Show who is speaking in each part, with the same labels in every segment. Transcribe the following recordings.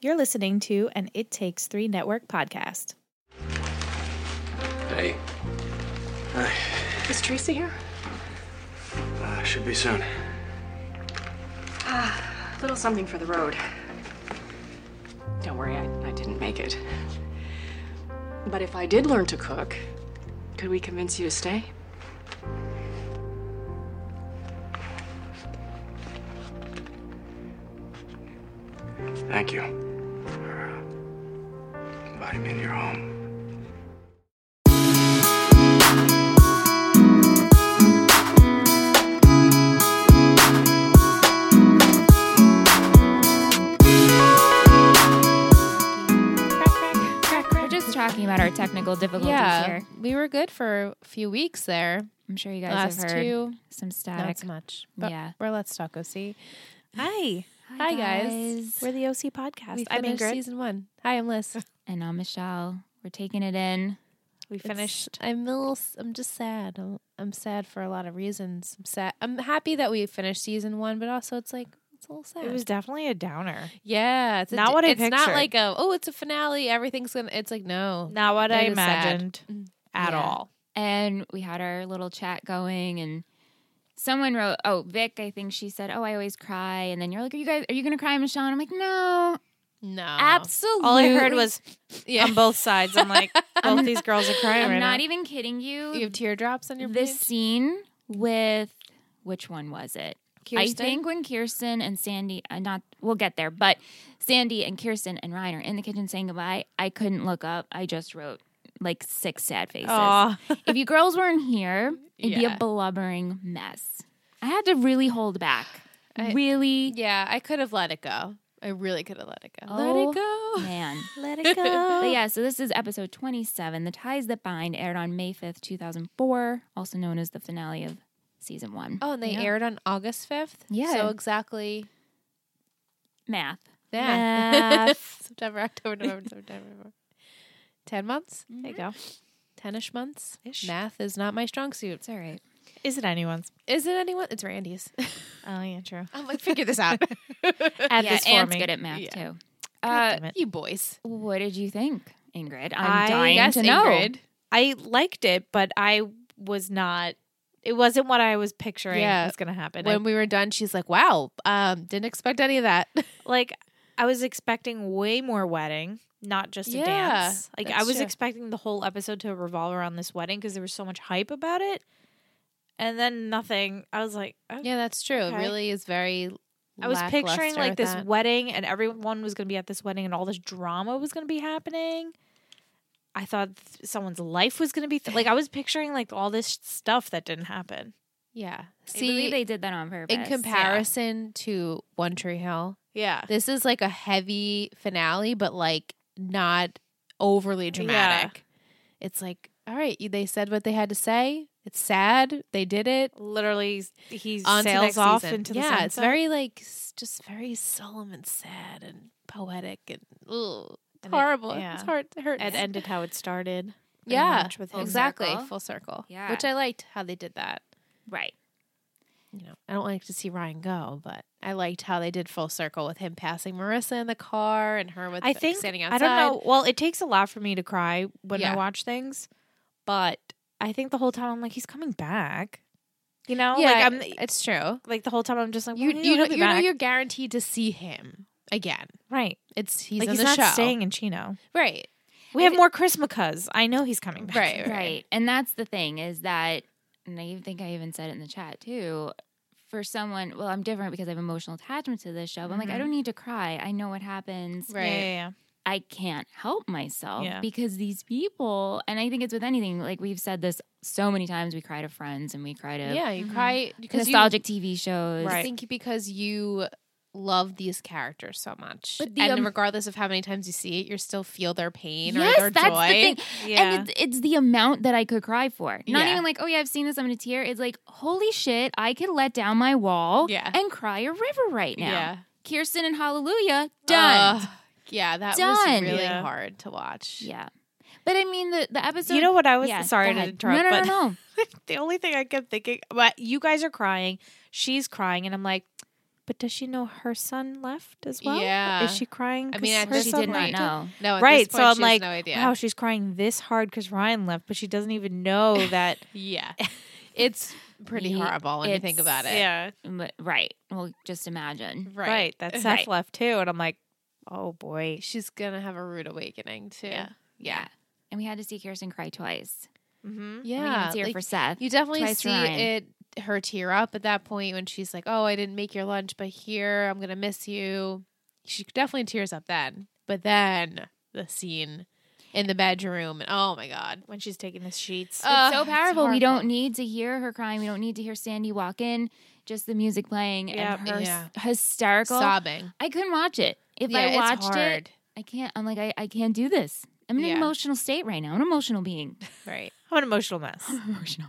Speaker 1: You're listening to an It Takes Three Network podcast.
Speaker 2: Hey,
Speaker 3: Is Teresa here?
Speaker 2: uh, should be soon.
Speaker 3: A little something for the road. Don't worry, I, I didn't make it. But if I did learn to cook, could we convince you to stay?
Speaker 2: Thank you for uh, inviting me into your home.
Speaker 4: We're just talking about our technical difficulties
Speaker 5: yeah,
Speaker 4: here.
Speaker 5: we were good for a few weeks there.
Speaker 4: I'm sure you guys
Speaker 5: Last
Speaker 4: have heard
Speaker 5: two,
Speaker 4: some
Speaker 5: not
Speaker 4: static.
Speaker 5: so much. But
Speaker 4: Yeah.
Speaker 5: we're Let's Talk OC.
Speaker 1: Hi,
Speaker 5: Hi, guys.
Speaker 1: we're the OC podcast.
Speaker 5: We
Speaker 1: I'm
Speaker 5: finished
Speaker 1: Ingrid.
Speaker 5: season one. Hi, I'm Liz.
Speaker 4: And I'm Michelle. We're taking it in.
Speaker 1: we
Speaker 5: It's-
Speaker 1: finished.
Speaker 5: I'm a little. s- I'm just sad. I'm, I'm sad for a lot of reasons. I'm sad. I'm happy that we finished season one, but also it's like it's a little sad.
Speaker 1: It was definitely a downer.
Speaker 5: yeah, it's a
Speaker 1: not
Speaker 5: d-
Speaker 1: what I
Speaker 5: It's not
Speaker 1: pictured.
Speaker 5: like a oh, it's a finale. Everything's gonna. It's like no.
Speaker 1: Not what I
Speaker 5: It is sad.
Speaker 1: imagined at
Speaker 4: Yeah.
Speaker 1: all.
Speaker 4: And we had our little chat going and someone wrote oh, Vic, I think she said, Oh, I always cry. And then you're like, Are you guys are you gonna cry, Michelle? And I'm like, No.
Speaker 5: No.
Speaker 4: Absolutely.
Speaker 1: All I heard was
Speaker 5: Yeah.
Speaker 1: on both sides. I'm like, both these girls are crying
Speaker 4: I'm
Speaker 1: right
Speaker 4: not
Speaker 1: now.
Speaker 4: even kidding you.
Speaker 5: You have teardrops on your
Speaker 4: this
Speaker 5: pants?
Speaker 4: scene with which one was it? I
Speaker 5: Kirsten?
Speaker 4: think when Kirsten and Sandy, uh, not we'll get there, but Sandy and Kirsten and Ryan are in the kitchen saying goodbye. I couldn't look up. I just wrote like six sad faces.
Speaker 1: Aw.
Speaker 4: if you girls weren't here, it'd be a
Speaker 5: Yeah.
Speaker 4: blubbering mess. I had to really hold back.
Speaker 5: I-
Speaker 4: really,
Speaker 5: Yeah, I could have let it go. I really could have let it go.
Speaker 4: Oh,
Speaker 5: let it go.
Speaker 4: man.
Speaker 1: Let it go.
Speaker 4: But yeah, so this is episode 27, The Ties That Bind, aired on May 5th, 2004, also known as the finale of season one.
Speaker 5: Oh, and they
Speaker 4: Yeah.
Speaker 5: aired on August 5th?
Speaker 4: Yeah.
Speaker 5: So exactly
Speaker 4: Math.
Speaker 5: that.
Speaker 4: Math.
Speaker 5: September, October, November, September. November. 10 months?
Speaker 1: There you go.
Speaker 5: 10 ish months?
Speaker 1: Ish.
Speaker 5: Math is not my strong suit.
Speaker 4: It's all right.
Speaker 1: Is it anyone's?
Speaker 5: Is it anyone? It's Randy's.
Speaker 1: Oh yeah, true.
Speaker 5: I'm like, figure this out.
Speaker 1: Add
Speaker 4: yeah,
Speaker 1: this for
Speaker 4: Anne's
Speaker 1: me.
Speaker 4: good at math,
Speaker 5: Yeah.
Speaker 4: too.
Speaker 1: God
Speaker 4: Uh,
Speaker 1: damn it.
Speaker 5: you boys.
Speaker 4: What did you think, Ingrid? I'm
Speaker 1: I-
Speaker 4: dying
Speaker 5: yes,
Speaker 4: to know.
Speaker 5: Ingrid.
Speaker 1: I liked it, but I was not. It wasn't what I was picturing
Speaker 5: Yeah.
Speaker 1: was going to happen.
Speaker 5: When we were done, she's like, wow, um, didn't expect any of that.
Speaker 1: like I was expecting way more wedding, not just a
Speaker 5: Yeah,
Speaker 1: dance. Like I
Speaker 5: that's
Speaker 1: was
Speaker 5: true.
Speaker 1: expecting the whole episode to revolve around this wedding because there was so much hype about it, and then nothing. I was like, oh.
Speaker 5: yeah, that's true.
Speaker 1: Okay.
Speaker 5: It really is very.
Speaker 1: I was picturing
Speaker 5: lackluster
Speaker 1: like
Speaker 5: with
Speaker 1: this
Speaker 5: that.
Speaker 1: wedding, and everyone was going to be at this wedding, and all this drama was going to be happening. I thought th- someone's life was going to be th- like I was picturing like all this stuff that didn't happen.
Speaker 5: Yeah.
Speaker 4: I believe
Speaker 5: See,
Speaker 4: they did that on purpose.
Speaker 5: in
Speaker 4: yeah.
Speaker 5: comparison to One Tree Hill,
Speaker 1: Yeah,
Speaker 5: This is like a heavy finale, but like not overly dramatic. It's like, all right, you- they said what they had to say. It's sad. They did it.
Speaker 1: literally, he
Speaker 5: On to
Speaker 1: sails
Speaker 5: next
Speaker 1: off
Speaker 5: season.
Speaker 1: into the
Speaker 5: yeah. It's
Speaker 1: sunset.
Speaker 5: very like s- just very solemn and sad and poetic and ugh, it's
Speaker 1: And it-
Speaker 5: horrible.
Speaker 1: yeah.
Speaker 5: It's hard. It hurts.
Speaker 1: It ended how it started. pretty
Speaker 5: yeah,
Speaker 1: much with him.
Speaker 5: exactly.
Speaker 4: circle.
Speaker 5: Full circle.
Speaker 4: Yeah.
Speaker 5: which I liked how they did that.
Speaker 4: Right.
Speaker 5: You know, I don't like to see Ryan go, but I liked how they did full circle with him passing Marissa in the car and her with
Speaker 1: I think
Speaker 5: standing
Speaker 1: I
Speaker 5: outside.
Speaker 1: don't know. Well, it takes a lot for me to cry when I
Speaker 5: Yeah.
Speaker 1: watch things, but I think the whole time I'm like, he's coming back. You know,
Speaker 5: Yeah,
Speaker 1: Oh, like I'm
Speaker 5: it's true.
Speaker 1: like the whole time I'm just like,
Speaker 5: you
Speaker 1: well,
Speaker 5: you, know,
Speaker 1: he'll be
Speaker 5: you know
Speaker 1: back.
Speaker 5: you're guaranteed to see him again.
Speaker 1: right.
Speaker 5: It's he's
Speaker 1: like
Speaker 5: on
Speaker 1: he's
Speaker 5: the
Speaker 1: not
Speaker 5: show,
Speaker 1: staying in Chino.
Speaker 5: right?
Speaker 1: We have more Christmacas. I know he's coming back.
Speaker 5: Right,
Speaker 4: Right. And that's the thing is that, and I even think I even said it in the chat too. For someone, well, I'm different because I have emotional attachment to this show. But I'm like, I
Speaker 1: Mhm.
Speaker 4: don't need to cry. I know what happens.
Speaker 1: Yeah,
Speaker 5: Right.
Speaker 1: yeah, yeah.
Speaker 4: I can't help myself
Speaker 1: Yeah.
Speaker 4: because these people, and I think it's with anything. Like we've said this so many times. We cry to Friends, and we cry to
Speaker 5: Yeah, you cry because
Speaker 4: nostalgic TV shows.
Speaker 5: You,
Speaker 1: Mm-hmm. Right.
Speaker 5: I think because you love these characters so much,
Speaker 4: But the,
Speaker 5: and
Speaker 4: um,
Speaker 5: regardless of how many times you see it, you still feel their pain
Speaker 4: Yes,
Speaker 5: or their
Speaker 4: that's the
Speaker 5: joy.
Speaker 4: thing.
Speaker 1: Yeah.
Speaker 4: And it's, it's the amount that I could cry for. Not
Speaker 5: Yeah.
Speaker 4: even like, oh yeah, I've seen this, I'm gonna tear. It's like, holy shit, I could let down my wall
Speaker 5: Yeah.
Speaker 4: and cry a river right now.
Speaker 5: Yeah,
Speaker 4: Kirsten and Hallelujah, done.
Speaker 5: Ugh. yeah, that was
Speaker 4: Done.
Speaker 5: really
Speaker 1: Yeah.
Speaker 5: hard to watch.
Speaker 4: yeah. But I mean, the, the episode.
Speaker 1: you know what I was
Speaker 4: Yeah,
Speaker 1: sorry
Speaker 4: go
Speaker 1: to
Speaker 4: ahead.
Speaker 1: interrupt,
Speaker 4: No, no,
Speaker 1: but
Speaker 4: no, no.
Speaker 1: the only thing I kept thinking, but you guys are crying, she's crying, and I'm like, But does she know her son left as well?
Speaker 5: Yeah.
Speaker 1: Is she crying?
Speaker 5: I mean,
Speaker 1: 'cause
Speaker 5: at
Speaker 1: her
Speaker 5: this
Speaker 4: she
Speaker 1: son
Speaker 4: did not
Speaker 1: left?
Speaker 4: know.
Speaker 5: No, at
Speaker 1: right.
Speaker 5: This
Speaker 1: so
Speaker 5: point,
Speaker 1: I'm
Speaker 5: she has
Speaker 1: like,
Speaker 5: no idea.
Speaker 1: wow, she's crying this hard because Ryan left, but she doesn't even know that.
Speaker 5: yeah, it's pretty
Speaker 4: Ye-
Speaker 5: horrible when you think
Speaker 4: it's-
Speaker 5: about it.
Speaker 1: yeah.
Speaker 4: But- Right. Well, just imagine.
Speaker 1: Right. That
Speaker 5: eh,
Speaker 1: Seth
Speaker 4: Right.
Speaker 1: left too. And I'm like, oh boy.
Speaker 5: She's gonna have a rude awakening too.
Speaker 1: Yeah.
Speaker 5: yeah,
Speaker 4: And we had to see Kirsten cry twice.
Speaker 1: Mm-hmm.
Speaker 4: Yeah. We
Speaker 5: yeah.
Speaker 4: didn't see her
Speaker 5: like,
Speaker 4: for Seth.
Speaker 5: you definitely
Speaker 4: twice
Speaker 5: see
Speaker 4: Ryan.
Speaker 5: it her tear up at that point when she's like, "Oh, I didn't make your lunch, but here I'm gonna miss you." She definitely tears up then, but then the scene in the bedroom, and oh my god,
Speaker 1: When she's taking the sheets.
Speaker 5: Uh,
Speaker 4: it's so
Speaker 5: it's
Speaker 4: powerful. we don't
Speaker 5: horrible.
Speaker 4: need to hear her crying. We don't need to hear Sandy walk in. Just the music playing
Speaker 1: Yep.
Speaker 4: and her s-
Speaker 5: Yeah.
Speaker 4: hysterical.
Speaker 5: sobbing.
Speaker 4: I couldn't watch it. If
Speaker 5: Yeah,
Speaker 4: I
Speaker 5: it's
Speaker 4: watched
Speaker 5: hard.
Speaker 4: it, I can't. I'm like, I, I can't do this. I'm in
Speaker 5: Yeah.
Speaker 4: an emotional state right now. I'm an emotional being.
Speaker 5: Right.
Speaker 1: I'm an emotional mess.
Speaker 4: emotional.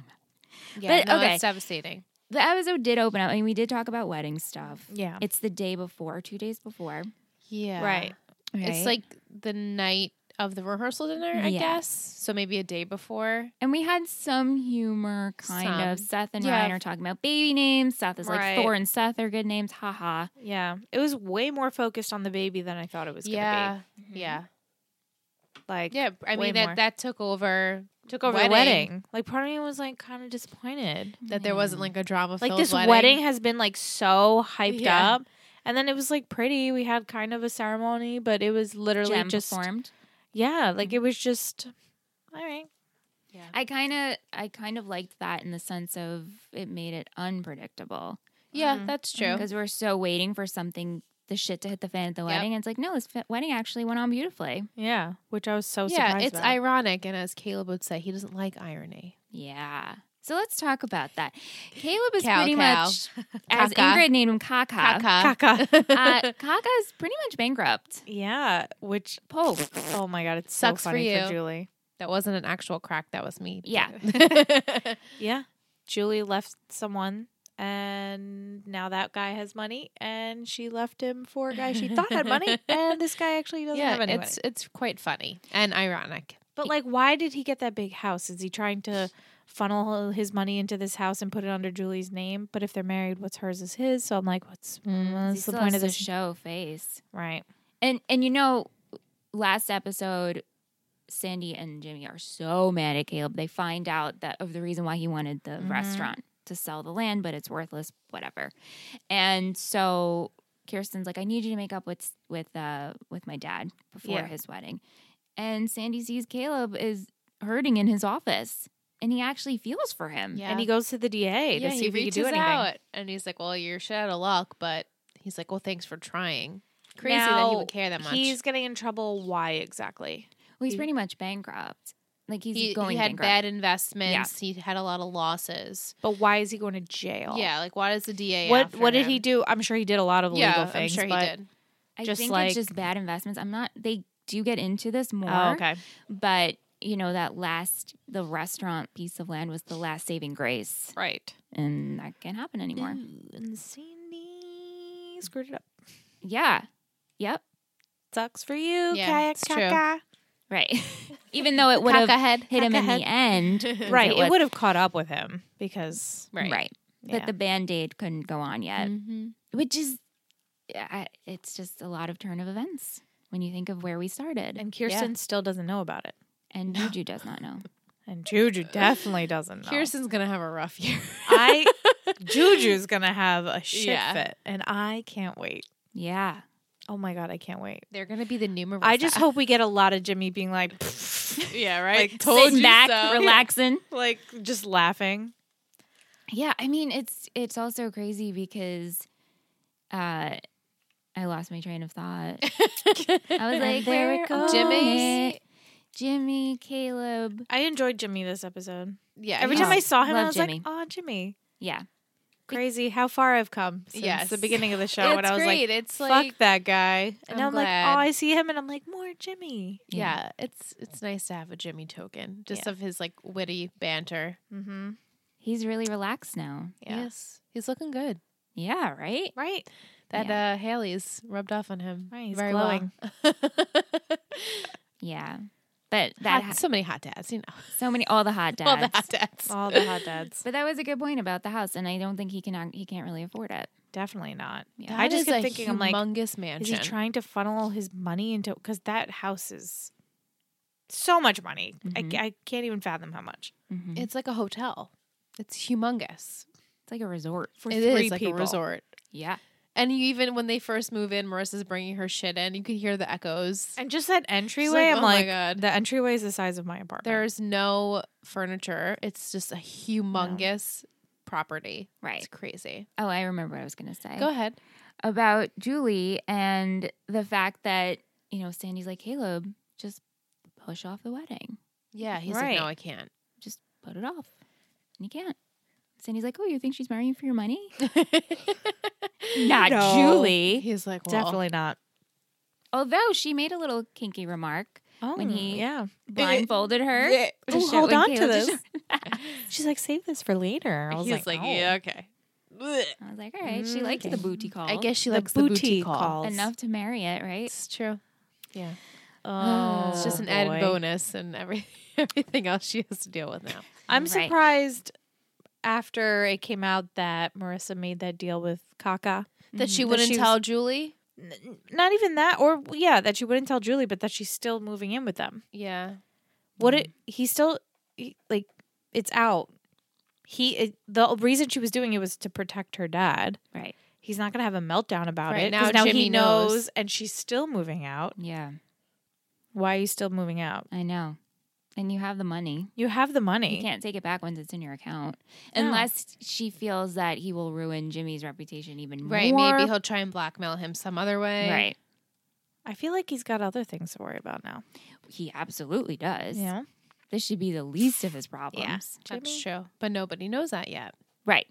Speaker 5: Yeah.
Speaker 4: But,
Speaker 5: no,
Speaker 4: okay.
Speaker 5: it's devastating.
Speaker 4: The episode did open up, and we did talk about wedding stuff.
Speaker 1: Yeah.
Speaker 4: It's the day before, two days before.
Speaker 5: Yeah.
Speaker 1: Right.
Speaker 4: right?
Speaker 5: It's like the night of the rehearsal dinner, I
Speaker 4: Yeah.
Speaker 5: guess. So maybe a day before.
Speaker 4: And we had some humor, kind of.
Speaker 5: Some.
Speaker 4: Seth and
Speaker 5: Yeah.
Speaker 4: Ryan are talking about baby names. Seth is
Speaker 1: Right.
Speaker 4: like Thor and Seth are good names. Ha ha.
Speaker 1: Yeah. It was way more focused on the baby than I thought it was going to
Speaker 5: yeah.
Speaker 4: Mm-hmm.
Speaker 5: Yeah.
Speaker 1: be. Like,
Speaker 5: Yeah. I
Speaker 1: way
Speaker 5: mean that
Speaker 1: more.
Speaker 5: that took over
Speaker 1: took over
Speaker 5: Wedding.
Speaker 1: the wedding. Like, part of me was like kind of disappointed.
Speaker 5: that there wasn't like a drama
Speaker 1: Mm. Like,
Speaker 5: filled
Speaker 1: this wedding. has been like so hyped
Speaker 5: Yeah.
Speaker 1: up. And then it was like pretty. We had kind of a ceremony, but it was literally
Speaker 4: Jem
Speaker 1: just.
Speaker 4: performed.
Speaker 1: Yeah. Like, it was just. All right.
Speaker 4: I kind of, I kind of liked that in the sense of it made it unpredictable
Speaker 5: Yeah,
Speaker 1: Mm.
Speaker 5: that's true.
Speaker 4: because we're so waiting for something, the shit to hit the fan at the wedding. And it's like, no, this fe- wedding actually went on beautifully.
Speaker 1: Yeah. Which I was so
Speaker 5: yeah,
Speaker 1: surprised
Speaker 5: it's
Speaker 1: about.
Speaker 5: ironic, and as Caleb would say, he doesn't like irony.
Speaker 4: Yeah. So let's talk about that. Caleb is
Speaker 5: Cow,
Speaker 4: pretty
Speaker 5: cow.
Speaker 4: much, as
Speaker 5: Caca.
Speaker 4: Ingrid named him, Kaka.
Speaker 5: Caca.
Speaker 4: Uh, Kaka is pretty much bankrupt.
Speaker 1: Yeah, which
Speaker 4: Pope.
Speaker 1: oh my god, it's
Speaker 5: Sucks
Speaker 1: so
Speaker 5: for
Speaker 1: funny for,
Speaker 5: you.
Speaker 1: Julie.
Speaker 5: That wasn't an actual crack. That was me.
Speaker 4: Yeah.
Speaker 1: Yeah, Julie left someone, and now that guy has money, and she left him for a guy she thought had money, and this guy actually doesn't
Speaker 5: yeah,
Speaker 1: have any
Speaker 5: it's
Speaker 1: money.
Speaker 5: it's quite funny and ironic.
Speaker 1: But like, why did he get that big house? Is he trying to funnel his money into this house and put it under Julie's name? But if they're married, what's hers is his. So I'm like, what's
Speaker 4: He
Speaker 1: what's the
Speaker 4: still
Speaker 1: point
Speaker 4: has
Speaker 1: of
Speaker 4: to
Speaker 1: this?
Speaker 4: show face.
Speaker 1: right.
Speaker 4: And and you know, last episode, Sandy and Jimmy are so mad at Caleb. They find out that of the reason why he wanted the
Speaker 5: Mm-hmm.
Speaker 4: restaurant to sell the land, but it's worthless, whatever. And so Kirsten's like, I need you to make up with with uh with my dad before
Speaker 1: Yeah.
Speaker 4: his wedding. And Sandy sees Caleb is hurting in his office. And he actually feels for him.
Speaker 5: Yeah.
Speaker 1: And he goes to the DA
Speaker 5: yeah,
Speaker 1: to see
Speaker 5: he
Speaker 1: if he can
Speaker 5: reaches
Speaker 1: do anything.
Speaker 5: out, and he's like, "Well, you're shit out of luck," but he's like, "Well, thanks for trying." Crazy that he
Speaker 1: Now,
Speaker 5: would care that much.
Speaker 1: He's getting in trouble. Why exactly?
Speaker 4: Well, he's
Speaker 5: He-
Speaker 4: pretty much bankrupt. Like he's
Speaker 5: he,
Speaker 4: going
Speaker 5: he had
Speaker 4: bankrupt.
Speaker 5: bad investments. He had a lot of losses.
Speaker 1: But why is he going to jail?
Speaker 5: Yeah, like why does the DA?
Speaker 1: What
Speaker 5: after
Speaker 1: What did
Speaker 5: him?
Speaker 1: he do? I'm sure he did a lot of
Speaker 5: Yeah,
Speaker 1: illegal things.
Speaker 5: I'm sure
Speaker 1: but,
Speaker 5: he did.
Speaker 4: I
Speaker 1: Just
Speaker 4: think
Speaker 1: like-
Speaker 4: it's just bad investments. I'm not. They do get into this more.
Speaker 1: Oh, okay.
Speaker 4: But you know that last the restaurant piece of land was the last saving grace,
Speaker 1: Right.
Speaker 4: and that can't happen anymore.
Speaker 1: And Sandy screwed it up.
Speaker 4: Yeah. Yep.
Speaker 1: Sucks for you,
Speaker 5: Yeah,
Speaker 1: Kaya
Speaker 5: it's true.
Speaker 1: Kaka.
Speaker 4: Right. Even though it would have
Speaker 5: Cockhead.
Speaker 4: hit him in
Speaker 1: Cockhead.
Speaker 4: the end. 'cause
Speaker 1: Right. It
Speaker 4: was-
Speaker 1: would have caught up with him because
Speaker 4: Right.
Speaker 1: Yeah.
Speaker 4: But the band aid couldn't go on yet,
Speaker 5: hmm
Speaker 4: which is, I, it's just a lot of turn of events when you think of where we started.
Speaker 1: and Kirsten still doesn't know about it.
Speaker 4: and Juju does not know.
Speaker 1: And Juju definitely doesn't know.
Speaker 5: Kirsten's gonna have a rough year.
Speaker 1: I Juju's gonna have a shit
Speaker 5: Yeah.
Speaker 1: fit, and I can't wait.
Speaker 4: Yeah.
Speaker 1: Oh my god, I can't wait.
Speaker 5: They're gonna be the new Marissa.
Speaker 1: I just hope we get a lot of Jimmy being like, "Pfft,"
Speaker 5: yeah, right.
Speaker 1: Like,
Speaker 5: Told
Speaker 4: Sitting
Speaker 5: you
Speaker 4: back,
Speaker 5: so.
Speaker 4: relaxing.
Speaker 1: like just laughing.
Speaker 4: Yeah, I mean it's it's also crazy because uh I lost my train of thought. I was like,
Speaker 1: there
Speaker 4: where
Speaker 1: it goes.
Speaker 4: Jimmy, Jimmy, Caleb.
Speaker 1: I enjoyed Jimmy this episode.
Speaker 5: Yeah,
Speaker 1: Every
Speaker 5: he's-
Speaker 1: time I saw him, I
Speaker 4: Love
Speaker 1: was
Speaker 4: Jimmy.
Speaker 1: like, "Oh, Jimmy,
Speaker 4: Yeah,
Speaker 1: crazy! How far I've come since
Speaker 5: Yes.
Speaker 1: the beginning of the show."
Speaker 5: it's
Speaker 1: when I was
Speaker 5: great.
Speaker 1: like,
Speaker 5: it's
Speaker 1: "Fuck
Speaker 5: like
Speaker 1: that guy," and
Speaker 5: I'm
Speaker 1: now I'm like,
Speaker 5: glad.
Speaker 1: "Oh, I see him," and I'm like, "More Jimmy."
Speaker 5: yeah. it's it's nice to have a Jimmy token, just
Speaker 1: Yeah.
Speaker 5: of his like witty banter.
Speaker 1: Mm-hmm.
Speaker 4: he's really relaxed now.
Speaker 1: Yeah.
Speaker 5: Yes, he's looking good.
Speaker 4: Yeah, right.
Speaker 1: Right.
Speaker 5: That uh, Haley's rubbed off on him.
Speaker 1: Right, he's
Speaker 5: very well.
Speaker 1: glowing.
Speaker 4: Yeah, But that
Speaker 5: Hot-
Speaker 4: ha-
Speaker 5: so many hot dads, you know,
Speaker 4: so many all the hot dads.
Speaker 5: all the hot dads.
Speaker 1: All the hot dads.
Speaker 4: But that was a good point about the house, and I don't think he can ac- he can't really afford it.
Speaker 1: Definitely not.
Speaker 4: Yeah.
Speaker 1: I just
Speaker 5: That
Speaker 1: kept
Speaker 5: is a
Speaker 1: thinking, I'm like,
Speaker 5: humongous
Speaker 1: is
Speaker 5: mansion.
Speaker 1: he trying to funnel his money into? Because that house is so much money. I
Speaker 5: Mm-hmm.
Speaker 4: Mhm.
Speaker 1: ca- I, can't even fathom how much
Speaker 4: Mhm.
Speaker 5: it's like a hotel. It's humongous.
Speaker 4: It's like a resort.
Speaker 1: for
Speaker 5: It
Speaker 1: three
Speaker 5: is like
Speaker 1: people.
Speaker 5: a resort.
Speaker 4: Yeah,
Speaker 5: And you even when they first move in, Marissa's bringing her shit in. You can hear the echoes.
Speaker 1: And just that entryway,
Speaker 5: like,
Speaker 1: I'm
Speaker 5: oh my
Speaker 1: like,
Speaker 5: God.
Speaker 1: the entryway is the size of my apartment.
Speaker 5: There's no furniture. It's just a humongous property.
Speaker 4: right.
Speaker 5: It's crazy.
Speaker 4: Oh, I remember what I was going to say
Speaker 5: Go ahead.
Speaker 4: about Julie and the fact that you know Sandy's like Caleb, just push off the wedding,
Speaker 5: Yeah, he's
Speaker 1: Right.
Speaker 5: like, no, I can't.
Speaker 4: just put it off, and he can't. Sandy's like, oh, you think she's marrying you for your money? Not
Speaker 1: No.
Speaker 4: Julie.
Speaker 5: He's like, well,
Speaker 1: definitely not.
Speaker 4: Although she made a little kinky remark,
Speaker 1: Oh,
Speaker 4: When he-
Speaker 1: yeah.
Speaker 4: blindfolded her.
Speaker 5: Yeah.
Speaker 4: to
Speaker 1: Ooh,
Speaker 4: show-
Speaker 1: hold
Speaker 4: when
Speaker 1: on to
Speaker 4: Caleb
Speaker 1: this.
Speaker 4: showed-
Speaker 1: She's like, save this for later. I was
Speaker 5: He's like,
Speaker 1: oh.
Speaker 5: yeah, okay.
Speaker 4: I was like, all right, she liked
Speaker 1: Okay.
Speaker 4: the booty call.
Speaker 5: Mm, I guess she
Speaker 1: The
Speaker 5: likes the booty
Speaker 1: boutique
Speaker 5: call.
Speaker 1: calls.
Speaker 4: enough to marry it, right?
Speaker 5: It's true. Yeah,
Speaker 1: Oh,
Speaker 5: it's just an
Speaker 1: boy.
Speaker 5: added bonus and every, everything else she has to deal with now.
Speaker 1: I'm
Speaker 4: Right.
Speaker 1: surprised after it came out that Marissa made that deal with Kaka.
Speaker 5: Mm-hmm. That she
Speaker 1: That
Speaker 5: wouldn't
Speaker 1: she was-
Speaker 5: tell Julie.
Speaker 1: N- Not even that, or yeah, that she wouldn't tell Julie, but that she's still moving in with them.
Speaker 5: Yeah,
Speaker 1: What it?
Speaker 5: Mm.
Speaker 1: He still he- like it's out. He it, the reason she was doing it was to protect her dad.
Speaker 4: Right.
Speaker 1: He's not gonna have a meltdown about
Speaker 5: Right,
Speaker 1: it 'cause
Speaker 5: now
Speaker 1: now he
Speaker 5: Jimmy knows.
Speaker 1: knows, and she's still moving out.
Speaker 4: Mm-hmm. Yeah,
Speaker 1: Why are you still moving out?
Speaker 4: I know. And you have the money.
Speaker 1: You have the
Speaker 4: You
Speaker 1: money.
Speaker 4: can't take it back once it's in your account,
Speaker 1: No.
Speaker 4: unless she feels that he will ruin Jimmy's reputation even
Speaker 5: right.
Speaker 4: more.
Speaker 5: Maybe he'll try and blackmail him some other way.
Speaker 4: right.
Speaker 1: I feel like he's got other things to worry about now.
Speaker 4: He absolutely does.
Speaker 1: Yeah.
Speaker 4: This should be the least of his problems.
Speaker 5: That's
Speaker 1: Jimmy.
Speaker 5: true. But nobody knows that yet.
Speaker 4: Right.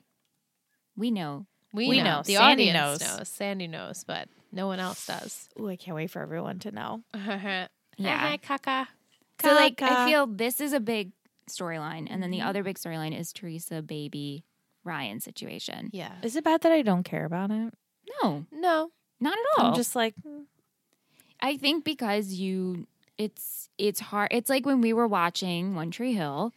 Speaker 4: We know.
Speaker 5: We,
Speaker 1: We
Speaker 5: know.
Speaker 1: know.
Speaker 5: The
Speaker 1: Sandy knows.
Speaker 5: audience knows. Sandy knows, but no one else does.
Speaker 1: Ooh, I can't wait for everyone to know.
Speaker 5: yeah.
Speaker 4: Yeah.
Speaker 5: Kaka.
Speaker 4: So like I
Speaker 1: Kaka. Mm-hmm.
Speaker 4: feel this is a big storyline, and then the other big storyline is Teresa baby Ryan situation.
Speaker 5: Yeah.
Speaker 1: Is it bad that I don't care about it?
Speaker 4: No,
Speaker 5: No.
Speaker 4: not at
Speaker 5: Oh.
Speaker 4: all.
Speaker 1: I'm just like, mm,
Speaker 4: I think because you it's it's hard it's like when we were watching One Tree Hill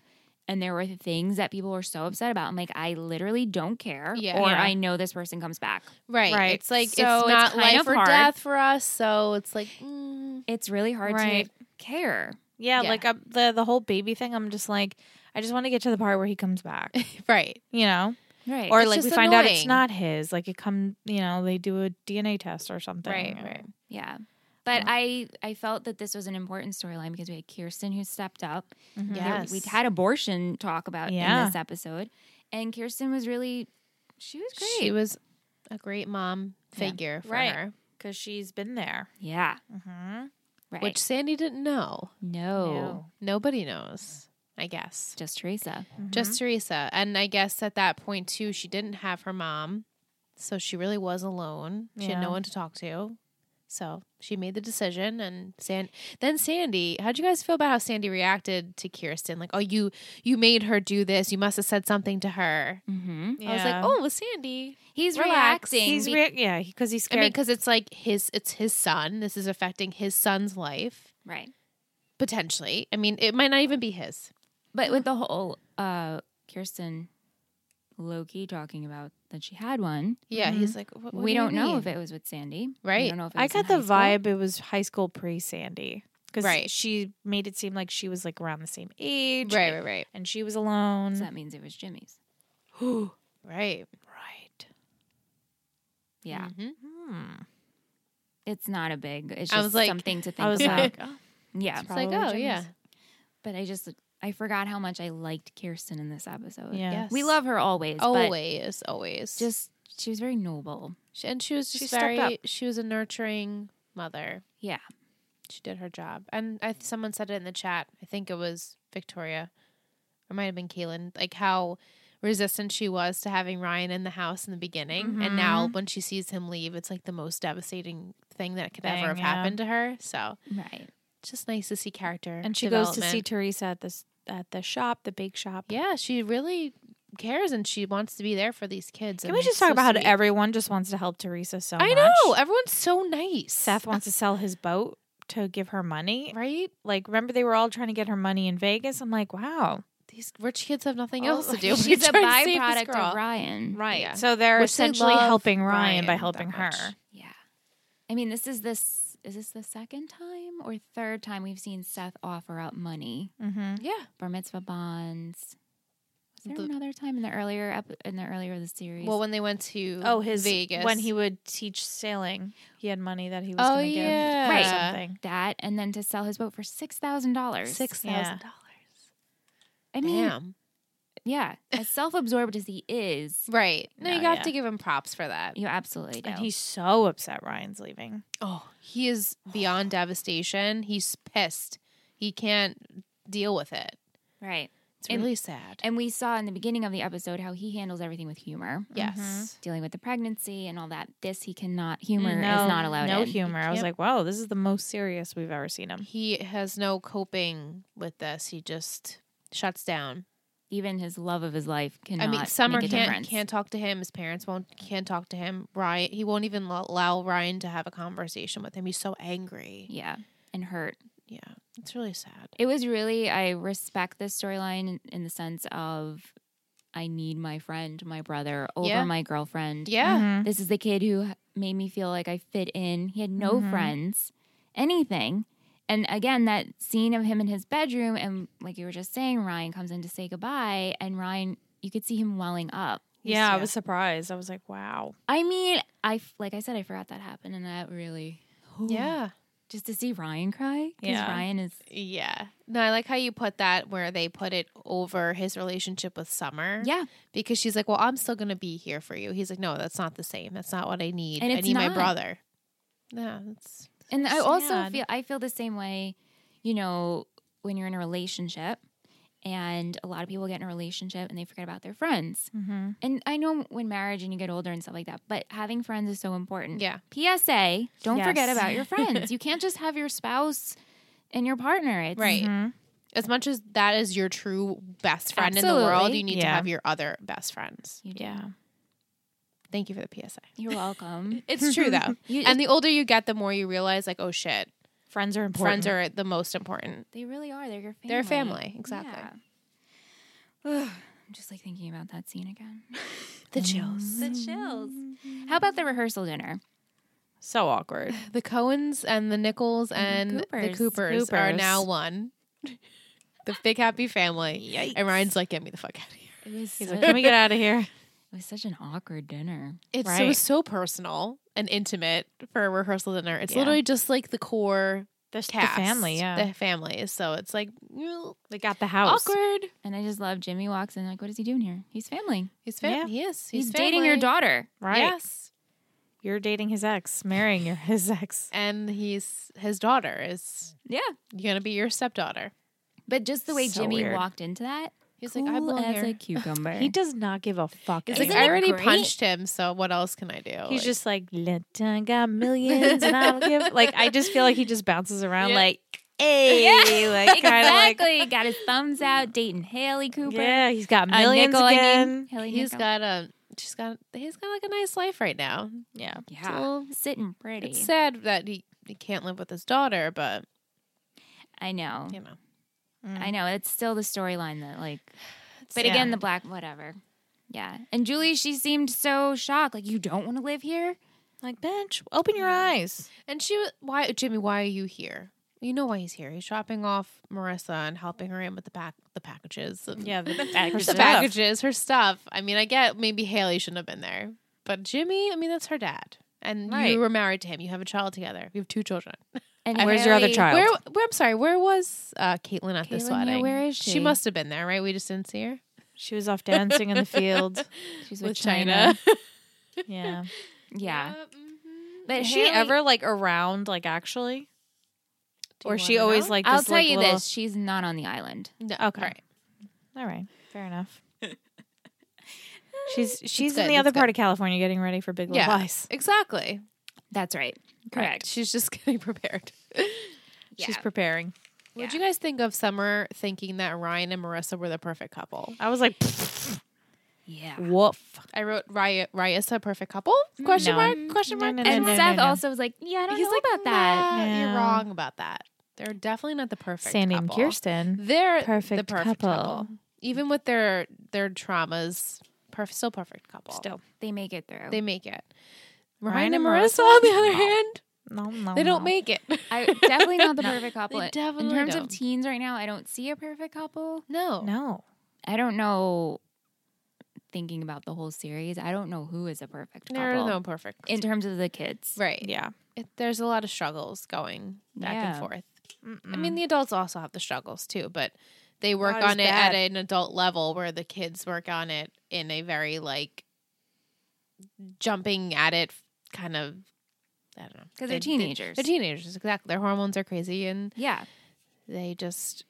Speaker 4: and there were things that people were so upset about. I'm like, I literally don't care.
Speaker 5: Yeah.
Speaker 4: Or
Speaker 5: Yeah.
Speaker 4: I know this person comes back.
Speaker 5: Right.
Speaker 1: Right.
Speaker 5: It's like
Speaker 4: So
Speaker 5: it's
Speaker 4: it's
Speaker 5: not
Speaker 4: kind
Speaker 5: life
Speaker 4: of
Speaker 5: or
Speaker 4: hard.
Speaker 5: death for us. So it's like mm,
Speaker 4: It's really hard
Speaker 1: Right.
Speaker 4: to care.
Speaker 1: yeah,
Speaker 5: Yeah.
Speaker 1: like i the the whole baby thing. I'm just like, I just want to get to the part where he comes back,
Speaker 5: right.
Speaker 1: you know,
Speaker 4: Right.
Speaker 1: or
Speaker 5: It's
Speaker 1: like
Speaker 5: just
Speaker 1: we find out it's
Speaker 5: annoying.
Speaker 1: not his. Like it come, you know, they do a DNA test or something.
Speaker 5: Right,
Speaker 1: or-
Speaker 5: right.
Speaker 4: yeah. But I I felt that this was an important storyline because we had Kirsten who stepped up.
Speaker 1: Mhm.
Speaker 5: Yeah.
Speaker 4: There-
Speaker 5: Yes.
Speaker 4: We'd had abortion talk about
Speaker 1: Yeah.
Speaker 4: in this episode. And Kirsten was really she was great.
Speaker 5: She was a great mom figure for
Speaker 1: Right.
Speaker 5: her,
Speaker 1: Cause she's been there.
Speaker 4: yeah.
Speaker 1: Mm-hmm.
Speaker 4: Right.
Speaker 5: which Sandy didn't know.
Speaker 4: no.
Speaker 5: Oh, Nobody knows. I guess.
Speaker 4: Just Teresa.
Speaker 1: Mm-hmm.
Speaker 5: Just
Speaker 4: Mm-hmm.
Speaker 5: Teresa. And I guess at that point, too, she didn't have her mom. So she really was alone. She had
Speaker 1: Yeah.
Speaker 5: no one to talk to. So she made the decision. And San- then Sandy, how'd you guys feel about how Sandy reacted to Kirsten? Like, oh, you you made her do this. You must have said something to her.
Speaker 4: Mm-hmm.
Speaker 5: I was like, oh, it was Sandy.
Speaker 4: He's
Speaker 5: Relax.
Speaker 4: reacting.
Speaker 1: he's
Speaker 4: be-
Speaker 1: re- yeah, because he's
Speaker 5: I
Speaker 1: scared.
Speaker 5: mean, because it's like his, it's his son. This is affecting his son's life,
Speaker 4: right.
Speaker 5: potentially. I mean, it might not even be his.
Speaker 4: But with the whole uh Kirsten Loki talking about that she had one,
Speaker 5: Yeah, he's like, what, what
Speaker 4: Mm-hmm. we
Speaker 5: do
Speaker 4: don't
Speaker 5: you
Speaker 4: know
Speaker 5: mean?
Speaker 4: if it was with Sandy.
Speaker 5: Right.
Speaker 4: We don't know if it
Speaker 1: I
Speaker 4: was in
Speaker 1: got the
Speaker 4: high
Speaker 1: vibe it was high school pre Sandy. Because
Speaker 5: Right.
Speaker 1: she made it seem like she was like around the same age.
Speaker 5: Right, right, right,
Speaker 1: And she was
Speaker 4: school.
Speaker 1: alone.
Speaker 4: So that means it was Jimmy's.
Speaker 5: right.
Speaker 1: right.
Speaker 4: Yeah.
Speaker 5: Mhm.
Speaker 1: Hmm.
Speaker 4: It's not a big it's
Speaker 5: I
Speaker 4: just
Speaker 5: was like-
Speaker 4: something to think
Speaker 1: I was
Speaker 4: about.
Speaker 1: like, oh,
Speaker 4: yeah.
Speaker 5: It's like,
Speaker 1: Probably
Speaker 5: oh, yeah.
Speaker 1: Jimmy's.
Speaker 4: But I just I forgot how much I liked Kirsten in this episode.
Speaker 1: yeah.
Speaker 5: Yes.
Speaker 4: We love her always. Always.
Speaker 5: always, always.
Speaker 4: But just she was very noble.
Speaker 5: She- and she was
Speaker 1: She
Speaker 5: just
Speaker 1: stepped
Speaker 5: very.
Speaker 1: up.
Speaker 5: She was a nurturing mother.
Speaker 4: Yeah.
Speaker 5: She did her job, and I, someone said it in the chat. I think it was Victoria, it might have been Kaylin. Like how resistant she was to having Ryan in the house in the beginning, and now
Speaker 1: Mm-hmm.
Speaker 5: when she sees him leave, it's like the most devastating thing that could ever
Speaker 1: Thing,
Speaker 5: have
Speaker 1: yeah.
Speaker 5: happened to her. So
Speaker 4: Right.
Speaker 5: it's just nice to see character,
Speaker 1: And she goes to
Speaker 5: development.
Speaker 1: see Teresa at this at the shop, the bake shop.
Speaker 5: Yeah, she really cares, and she wants to be there for these kids.
Speaker 1: Can
Speaker 5: and
Speaker 1: we
Speaker 5: it's
Speaker 1: just talk
Speaker 5: so
Speaker 1: about
Speaker 5: sweet.
Speaker 1: how everyone just wants to help Teresa so
Speaker 5: I
Speaker 1: much?
Speaker 5: know everyone's so nice.
Speaker 1: Seth wants to sell his boat to give her money.
Speaker 5: right?
Speaker 1: Like, remember they were all trying to get her money in Vegas? I'm like, wow.
Speaker 5: These rich kids have nothing
Speaker 1: Oh,
Speaker 5: else to do.
Speaker 4: She's a
Speaker 5: Trying to save this
Speaker 4: byproduct
Speaker 5: girl.
Speaker 4: of Ryan.
Speaker 1: Right.
Speaker 5: Yeah.
Speaker 1: So they're
Speaker 5: Which they
Speaker 1: essentially
Speaker 5: love
Speaker 1: helping Ryan, by
Speaker 5: Ryan
Speaker 1: helping
Speaker 5: that
Speaker 1: her.
Speaker 5: much.
Speaker 4: Yeah. I mean, this is this is this the second time or third time we've seen Seth offer up money
Speaker 1: Mm-hmm.
Speaker 5: Yeah,
Speaker 4: bar mitzvah bonds. Was there
Speaker 5: The-
Speaker 4: another time in the earlier ep- in the earlier of the series?
Speaker 5: Well, when they went to
Speaker 1: Oh, his
Speaker 5: Vegas
Speaker 1: when he would teach sailing, he had money that he was
Speaker 5: Oh,
Speaker 1: going to
Speaker 5: yeah.
Speaker 1: give
Speaker 4: Right.
Speaker 1: or something.
Speaker 4: that and then to sell his boat for six thousand dollars.
Speaker 5: six thousand
Speaker 1: Yeah.
Speaker 5: dollars.
Speaker 4: I mean,
Speaker 5: Damn.
Speaker 4: yeah. As self-absorbed as he is,
Speaker 5: Right. No,
Speaker 1: No,
Speaker 5: you have
Speaker 1: yeah.
Speaker 5: to give him props for that.
Speaker 4: you absolutely do.
Speaker 1: And he's so upset Ryan's leaving.
Speaker 5: Oh, he is beyond devastation. He's pissed. He can't deal with it.
Speaker 4: right.
Speaker 5: It's
Speaker 4: And-
Speaker 5: really sad.
Speaker 4: And we saw in the beginning of the episode how he handles everything with humor.
Speaker 5: yes.
Speaker 4: Dealing with the pregnancy and all that. This he cannot. Humor
Speaker 1: no,
Speaker 4: is not allowed.
Speaker 1: No
Speaker 4: in.
Speaker 1: humor. I was
Speaker 5: Yep.
Speaker 1: like, wow, this is the most serious we've ever seen him.
Speaker 5: He has no coping with this. He just shuts down.
Speaker 4: Even his love of his life cannot.
Speaker 5: I mean, Summer
Speaker 4: make a
Speaker 5: can't
Speaker 4: difference.
Speaker 5: can't talk to him. His parents won't can't talk to him. Ryan, he won't even lo- allow Ryan to have a conversation with him. He's so angry.
Speaker 4: Yeah, and hurt.
Speaker 5: Yeah, it's really sad.
Speaker 4: It was really. I respect this storyline in, in the sense of, I need my friend, my brother, over
Speaker 5: Yeah.
Speaker 4: my girlfriend.
Speaker 5: Yeah,
Speaker 1: Mhm.
Speaker 4: This is the kid who made me feel like I fit in. He had no
Speaker 1: Mm-hmm.
Speaker 4: friends, anything. And again, that scene of him in his bedroom, and like you were just saying, Ryan comes in to say goodbye, and Ryan, you could see him welling up.
Speaker 1: Yeah, I was surprised. I was like, wow.
Speaker 4: I mean, I f- like I said, I forgot that happened, and that really,
Speaker 5: yeah,
Speaker 4: just to see Ryan cry, because
Speaker 1: Yeah.
Speaker 4: Ryan is
Speaker 5: yeah. No, I like how you put that where they put it over his relationship with Summer.
Speaker 4: yeah,
Speaker 5: because she's like, "Well, I'm still gonna be here for you." He's like, "No, that's not the same. That's not what I need.
Speaker 4: And
Speaker 5: I
Speaker 4: it's
Speaker 5: need my
Speaker 4: not.
Speaker 5: brother." Yeah, that's
Speaker 4: And I also
Speaker 1: sad.
Speaker 4: feel I feel the same way, you know, when you're in a relationship and a lot of people get in a relationship and they forget about their friends.
Speaker 1: Mhm.
Speaker 4: And I know when marriage and you get older and stuff like that, but having friends is so important.
Speaker 5: yeah.
Speaker 4: PSA, don't
Speaker 1: Yes.
Speaker 4: forget about your friends. you can't just have your spouse and your partner. It's
Speaker 5: Right.
Speaker 1: Mhm.
Speaker 5: Mm-hmm. As much as that is your true best friend in the world,
Speaker 4: Absolutely.
Speaker 5: you need to
Speaker 1: Yeah.
Speaker 5: have your other best friends.
Speaker 4: You do.
Speaker 1: Yeah.
Speaker 5: Thank you for the PSA.
Speaker 4: You're welcome.
Speaker 5: It's true though.
Speaker 4: You-
Speaker 5: and the older you get, the more you realize, like, oh shit,
Speaker 1: Friends are important.
Speaker 5: friends are the most important.
Speaker 4: they really are. They're your family.
Speaker 5: They're a family, exactly.
Speaker 4: Yeah. Ugh, I'm just like thinking about that scene again.
Speaker 5: The chills.
Speaker 4: the chills. How about the rehearsal dinner?
Speaker 1: so awkward.
Speaker 5: The Cohens and the Nichols and,
Speaker 4: And the
Speaker 5: the
Speaker 4: Coopers.
Speaker 5: Coopers, are
Speaker 1: Coopers.
Speaker 5: now one. the big happy family. And Ryan's like, get me the fuck out of here.
Speaker 4: It was,
Speaker 1: He's
Speaker 4: so-
Speaker 1: like, can we get out of here?
Speaker 4: it was such an awkward dinner.
Speaker 5: It's so,
Speaker 1: Right.
Speaker 5: so personal and intimate for a rehearsal dinner. It's
Speaker 1: Yeah.
Speaker 5: literally just like the core
Speaker 1: There's the
Speaker 5: cast,
Speaker 1: family. Yeah.
Speaker 5: the family. So it's like mm,
Speaker 1: they got the house.
Speaker 5: awkward.
Speaker 4: And I just love Jimmy walks in like, what is he doing here? He's family.
Speaker 5: He's family.
Speaker 1: Yeah.
Speaker 5: He is.
Speaker 4: He's, dating your
Speaker 5: family.
Speaker 4: daughter.
Speaker 1: Right.
Speaker 5: Yes,
Speaker 1: You're dating his ex, marrying your his ex.
Speaker 5: and he's his daughter is
Speaker 4: Yeah.
Speaker 5: gonna be your stepdaughter.
Speaker 4: But just the way
Speaker 1: So
Speaker 4: Jimmy
Speaker 1: weird.
Speaker 4: walked into that,
Speaker 5: He's like, I
Speaker 4: cool
Speaker 5: belong
Speaker 4: as
Speaker 5: here.
Speaker 4: a cucumber.
Speaker 1: He does not give a fuck.
Speaker 5: He's like,
Speaker 1: anymore.
Speaker 4: Isn't
Speaker 5: I
Speaker 4: it
Speaker 5: already
Speaker 4: great?
Speaker 5: punched him, so what else can I do?
Speaker 1: He's
Speaker 5: Like,
Speaker 1: just like, Linton got millions and I don't give. Like, I just feel like he just bounces around,
Speaker 5: Yeah.
Speaker 1: like, hey, like, kind of like,
Speaker 4: exactly. Got his thumbs out, dating Haley Cooper.
Speaker 1: yeah, he's got
Speaker 4: A
Speaker 1: millions
Speaker 4: nickel, I mean.
Speaker 1: again.
Speaker 4: Haley
Speaker 5: he's
Speaker 4: nickel.
Speaker 5: got a she's got he's got like a nice life right now.
Speaker 1: Yeah,
Speaker 4: yeah,
Speaker 5: Well,
Speaker 4: sitting pretty.
Speaker 5: It's sad that he, he can't live with his daughter, but
Speaker 4: I know.
Speaker 5: you know.
Speaker 4: I know. It's still the storyline that like. But
Speaker 1: yeah.
Speaker 4: again, the black whatever. Yeah. And Julie, she seemed so shocked. Like, you don't want to live here?
Speaker 1: like, bitch, open your eyes.
Speaker 5: And she was, why Jimmy, why are you here? You know why he's here. He's dropping off Marissa and helping her in with the pack the packages. and-
Speaker 1: Yeah, the
Speaker 5: her
Speaker 1: package.
Speaker 5: the packages, her stuff. I mean, I get maybe Haley shouldn't have been there, but Jimmy, I mean, that's her dad. And
Speaker 1: Right.
Speaker 5: you were married to him. You have a child together. You have two children.
Speaker 4: And
Speaker 1: Where's your other
Speaker 4: Haley-
Speaker 1: child?
Speaker 5: Where, where I'm sorry, where was uh, Caitlin at
Speaker 4: Caitlin,
Speaker 5: this
Speaker 4: yeah,
Speaker 5: wedding?
Speaker 4: where is she?
Speaker 5: must have been there, right? We just didn't see her
Speaker 1: She was off dancing in the field.
Speaker 4: She's with, China.
Speaker 1: Yeah. Uh,
Speaker 4: Yeah.
Speaker 5: Yep,
Speaker 1: mm-hmm.
Speaker 5: mhm.
Speaker 4: But
Speaker 1: Is she
Speaker 4: Haley-
Speaker 1: ever like around, like actually?
Speaker 5: Do you
Speaker 1: Or is she
Speaker 5: wanna
Speaker 1: always
Speaker 5: know?
Speaker 1: like this,
Speaker 4: I'll tell
Speaker 1: like,
Speaker 4: you
Speaker 1: little-
Speaker 4: this: she's not on the island.
Speaker 5: No.
Speaker 1: Okay.
Speaker 5: Right.
Speaker 1: All right. Fair enough. She's she's in
Speaker 5: good,
Speaker 1: the other
Speaker 5: it's
Speaker 1: part of California getting ready for Big Little
Speaker 5: Yeah.
Speaker 1: Lies.
Speaker 5: Exactly.
Speaker 4: That's right.
Speaker 5: Right. She's just getting prepared.
Speaker 1: She's preparing.
Speaker 5: What'd you guys think of Summer thinking that Ryan and Marissa were the perfect couple?
Speaker 1: I was like,
Speaker 4: Yeah.
Speaker 1: Woof.
Speaker 5: I wrote Raya, Raya's a perfect couple? Question
Speaker 1: Mm, No.
Speaker 5: mark? Question
Speaker 1: No,
Speaker 5: mark?
Speaker 1: no, no,
Speaker 5: question
Speaker 4: And
Speaker 5: mark?
Speaker 4: Seth
Speaker 1: no.
Speaker 4: also was like, "Yeah, I don't
Speaker 5: He's
Speaker 4: know
Speaker 5: like
Speaker 4: about that."
Speaker 5: "Nah, You're
Speaker 1: No.
Speaker 5: wrong about that. They're definitely not the perfect
Speaker 1: Sandy
Speaker 5: couple.
Speaker 1: and Kirsten.
Speaker 5: They're
Speaker 1: Perfect
Speaker 5: the perfect couple.
Speaker 1: couple.
Speaker 5: Even with their their traumas, perf- still perfect couple.
Speaker 1: Still,
Speaker 4: They make it through.
Speaker 5: They make it. Ryan,
Speaker 1: Ryan
Speaker 5: and
Speaker 1: and
Speaker 5: Marissa, Oh, on the other hand,
Speaker 1: no, no,
Speaker 5: they don't
Speaker 1: no.
Speaker 5: make it.
Speaker 4: I definitely not the perfect couple.
Speaker 5: they
Speaker 4: In-
Speaker 5: definitely
Speaker 4: in terms
Speaker 5: don't.
Speaker 4: of teens right now, I don't see a perfect couple.
Speaker 5: No.
Speaker 1: no.
Speaker 4: I don't know. Thinking about the whole series, I don't know who is a perfect couple
Speaker 5: They're no perfect.
Speaker 4: in terms of the kids.
Speaker 5: right.
Speaker 1: Yeah.
Speaker 5: It, there's a lot of struggles going back and
Speaker 4: Yeah.
Speaker 5: forth. I
Speaker 1: Mm-mm.
Speaker 5: mean, the adults also have the struggles too, but they work
Speaker 1: Not as
Speaker 5: on it at
Speaker 1: bad.
Speaker 5: an adult level where the kids work on it in a very like jumping at it kind of I don't know.
Speaker 4: 'Cause they're
Speaker 5: They- they-
Speaker 4: teenagers.
Speaker 5: They're teenagers, exactly. Their hormones are crazy and
Speaker 4: Yeah,
Speaker 5: they just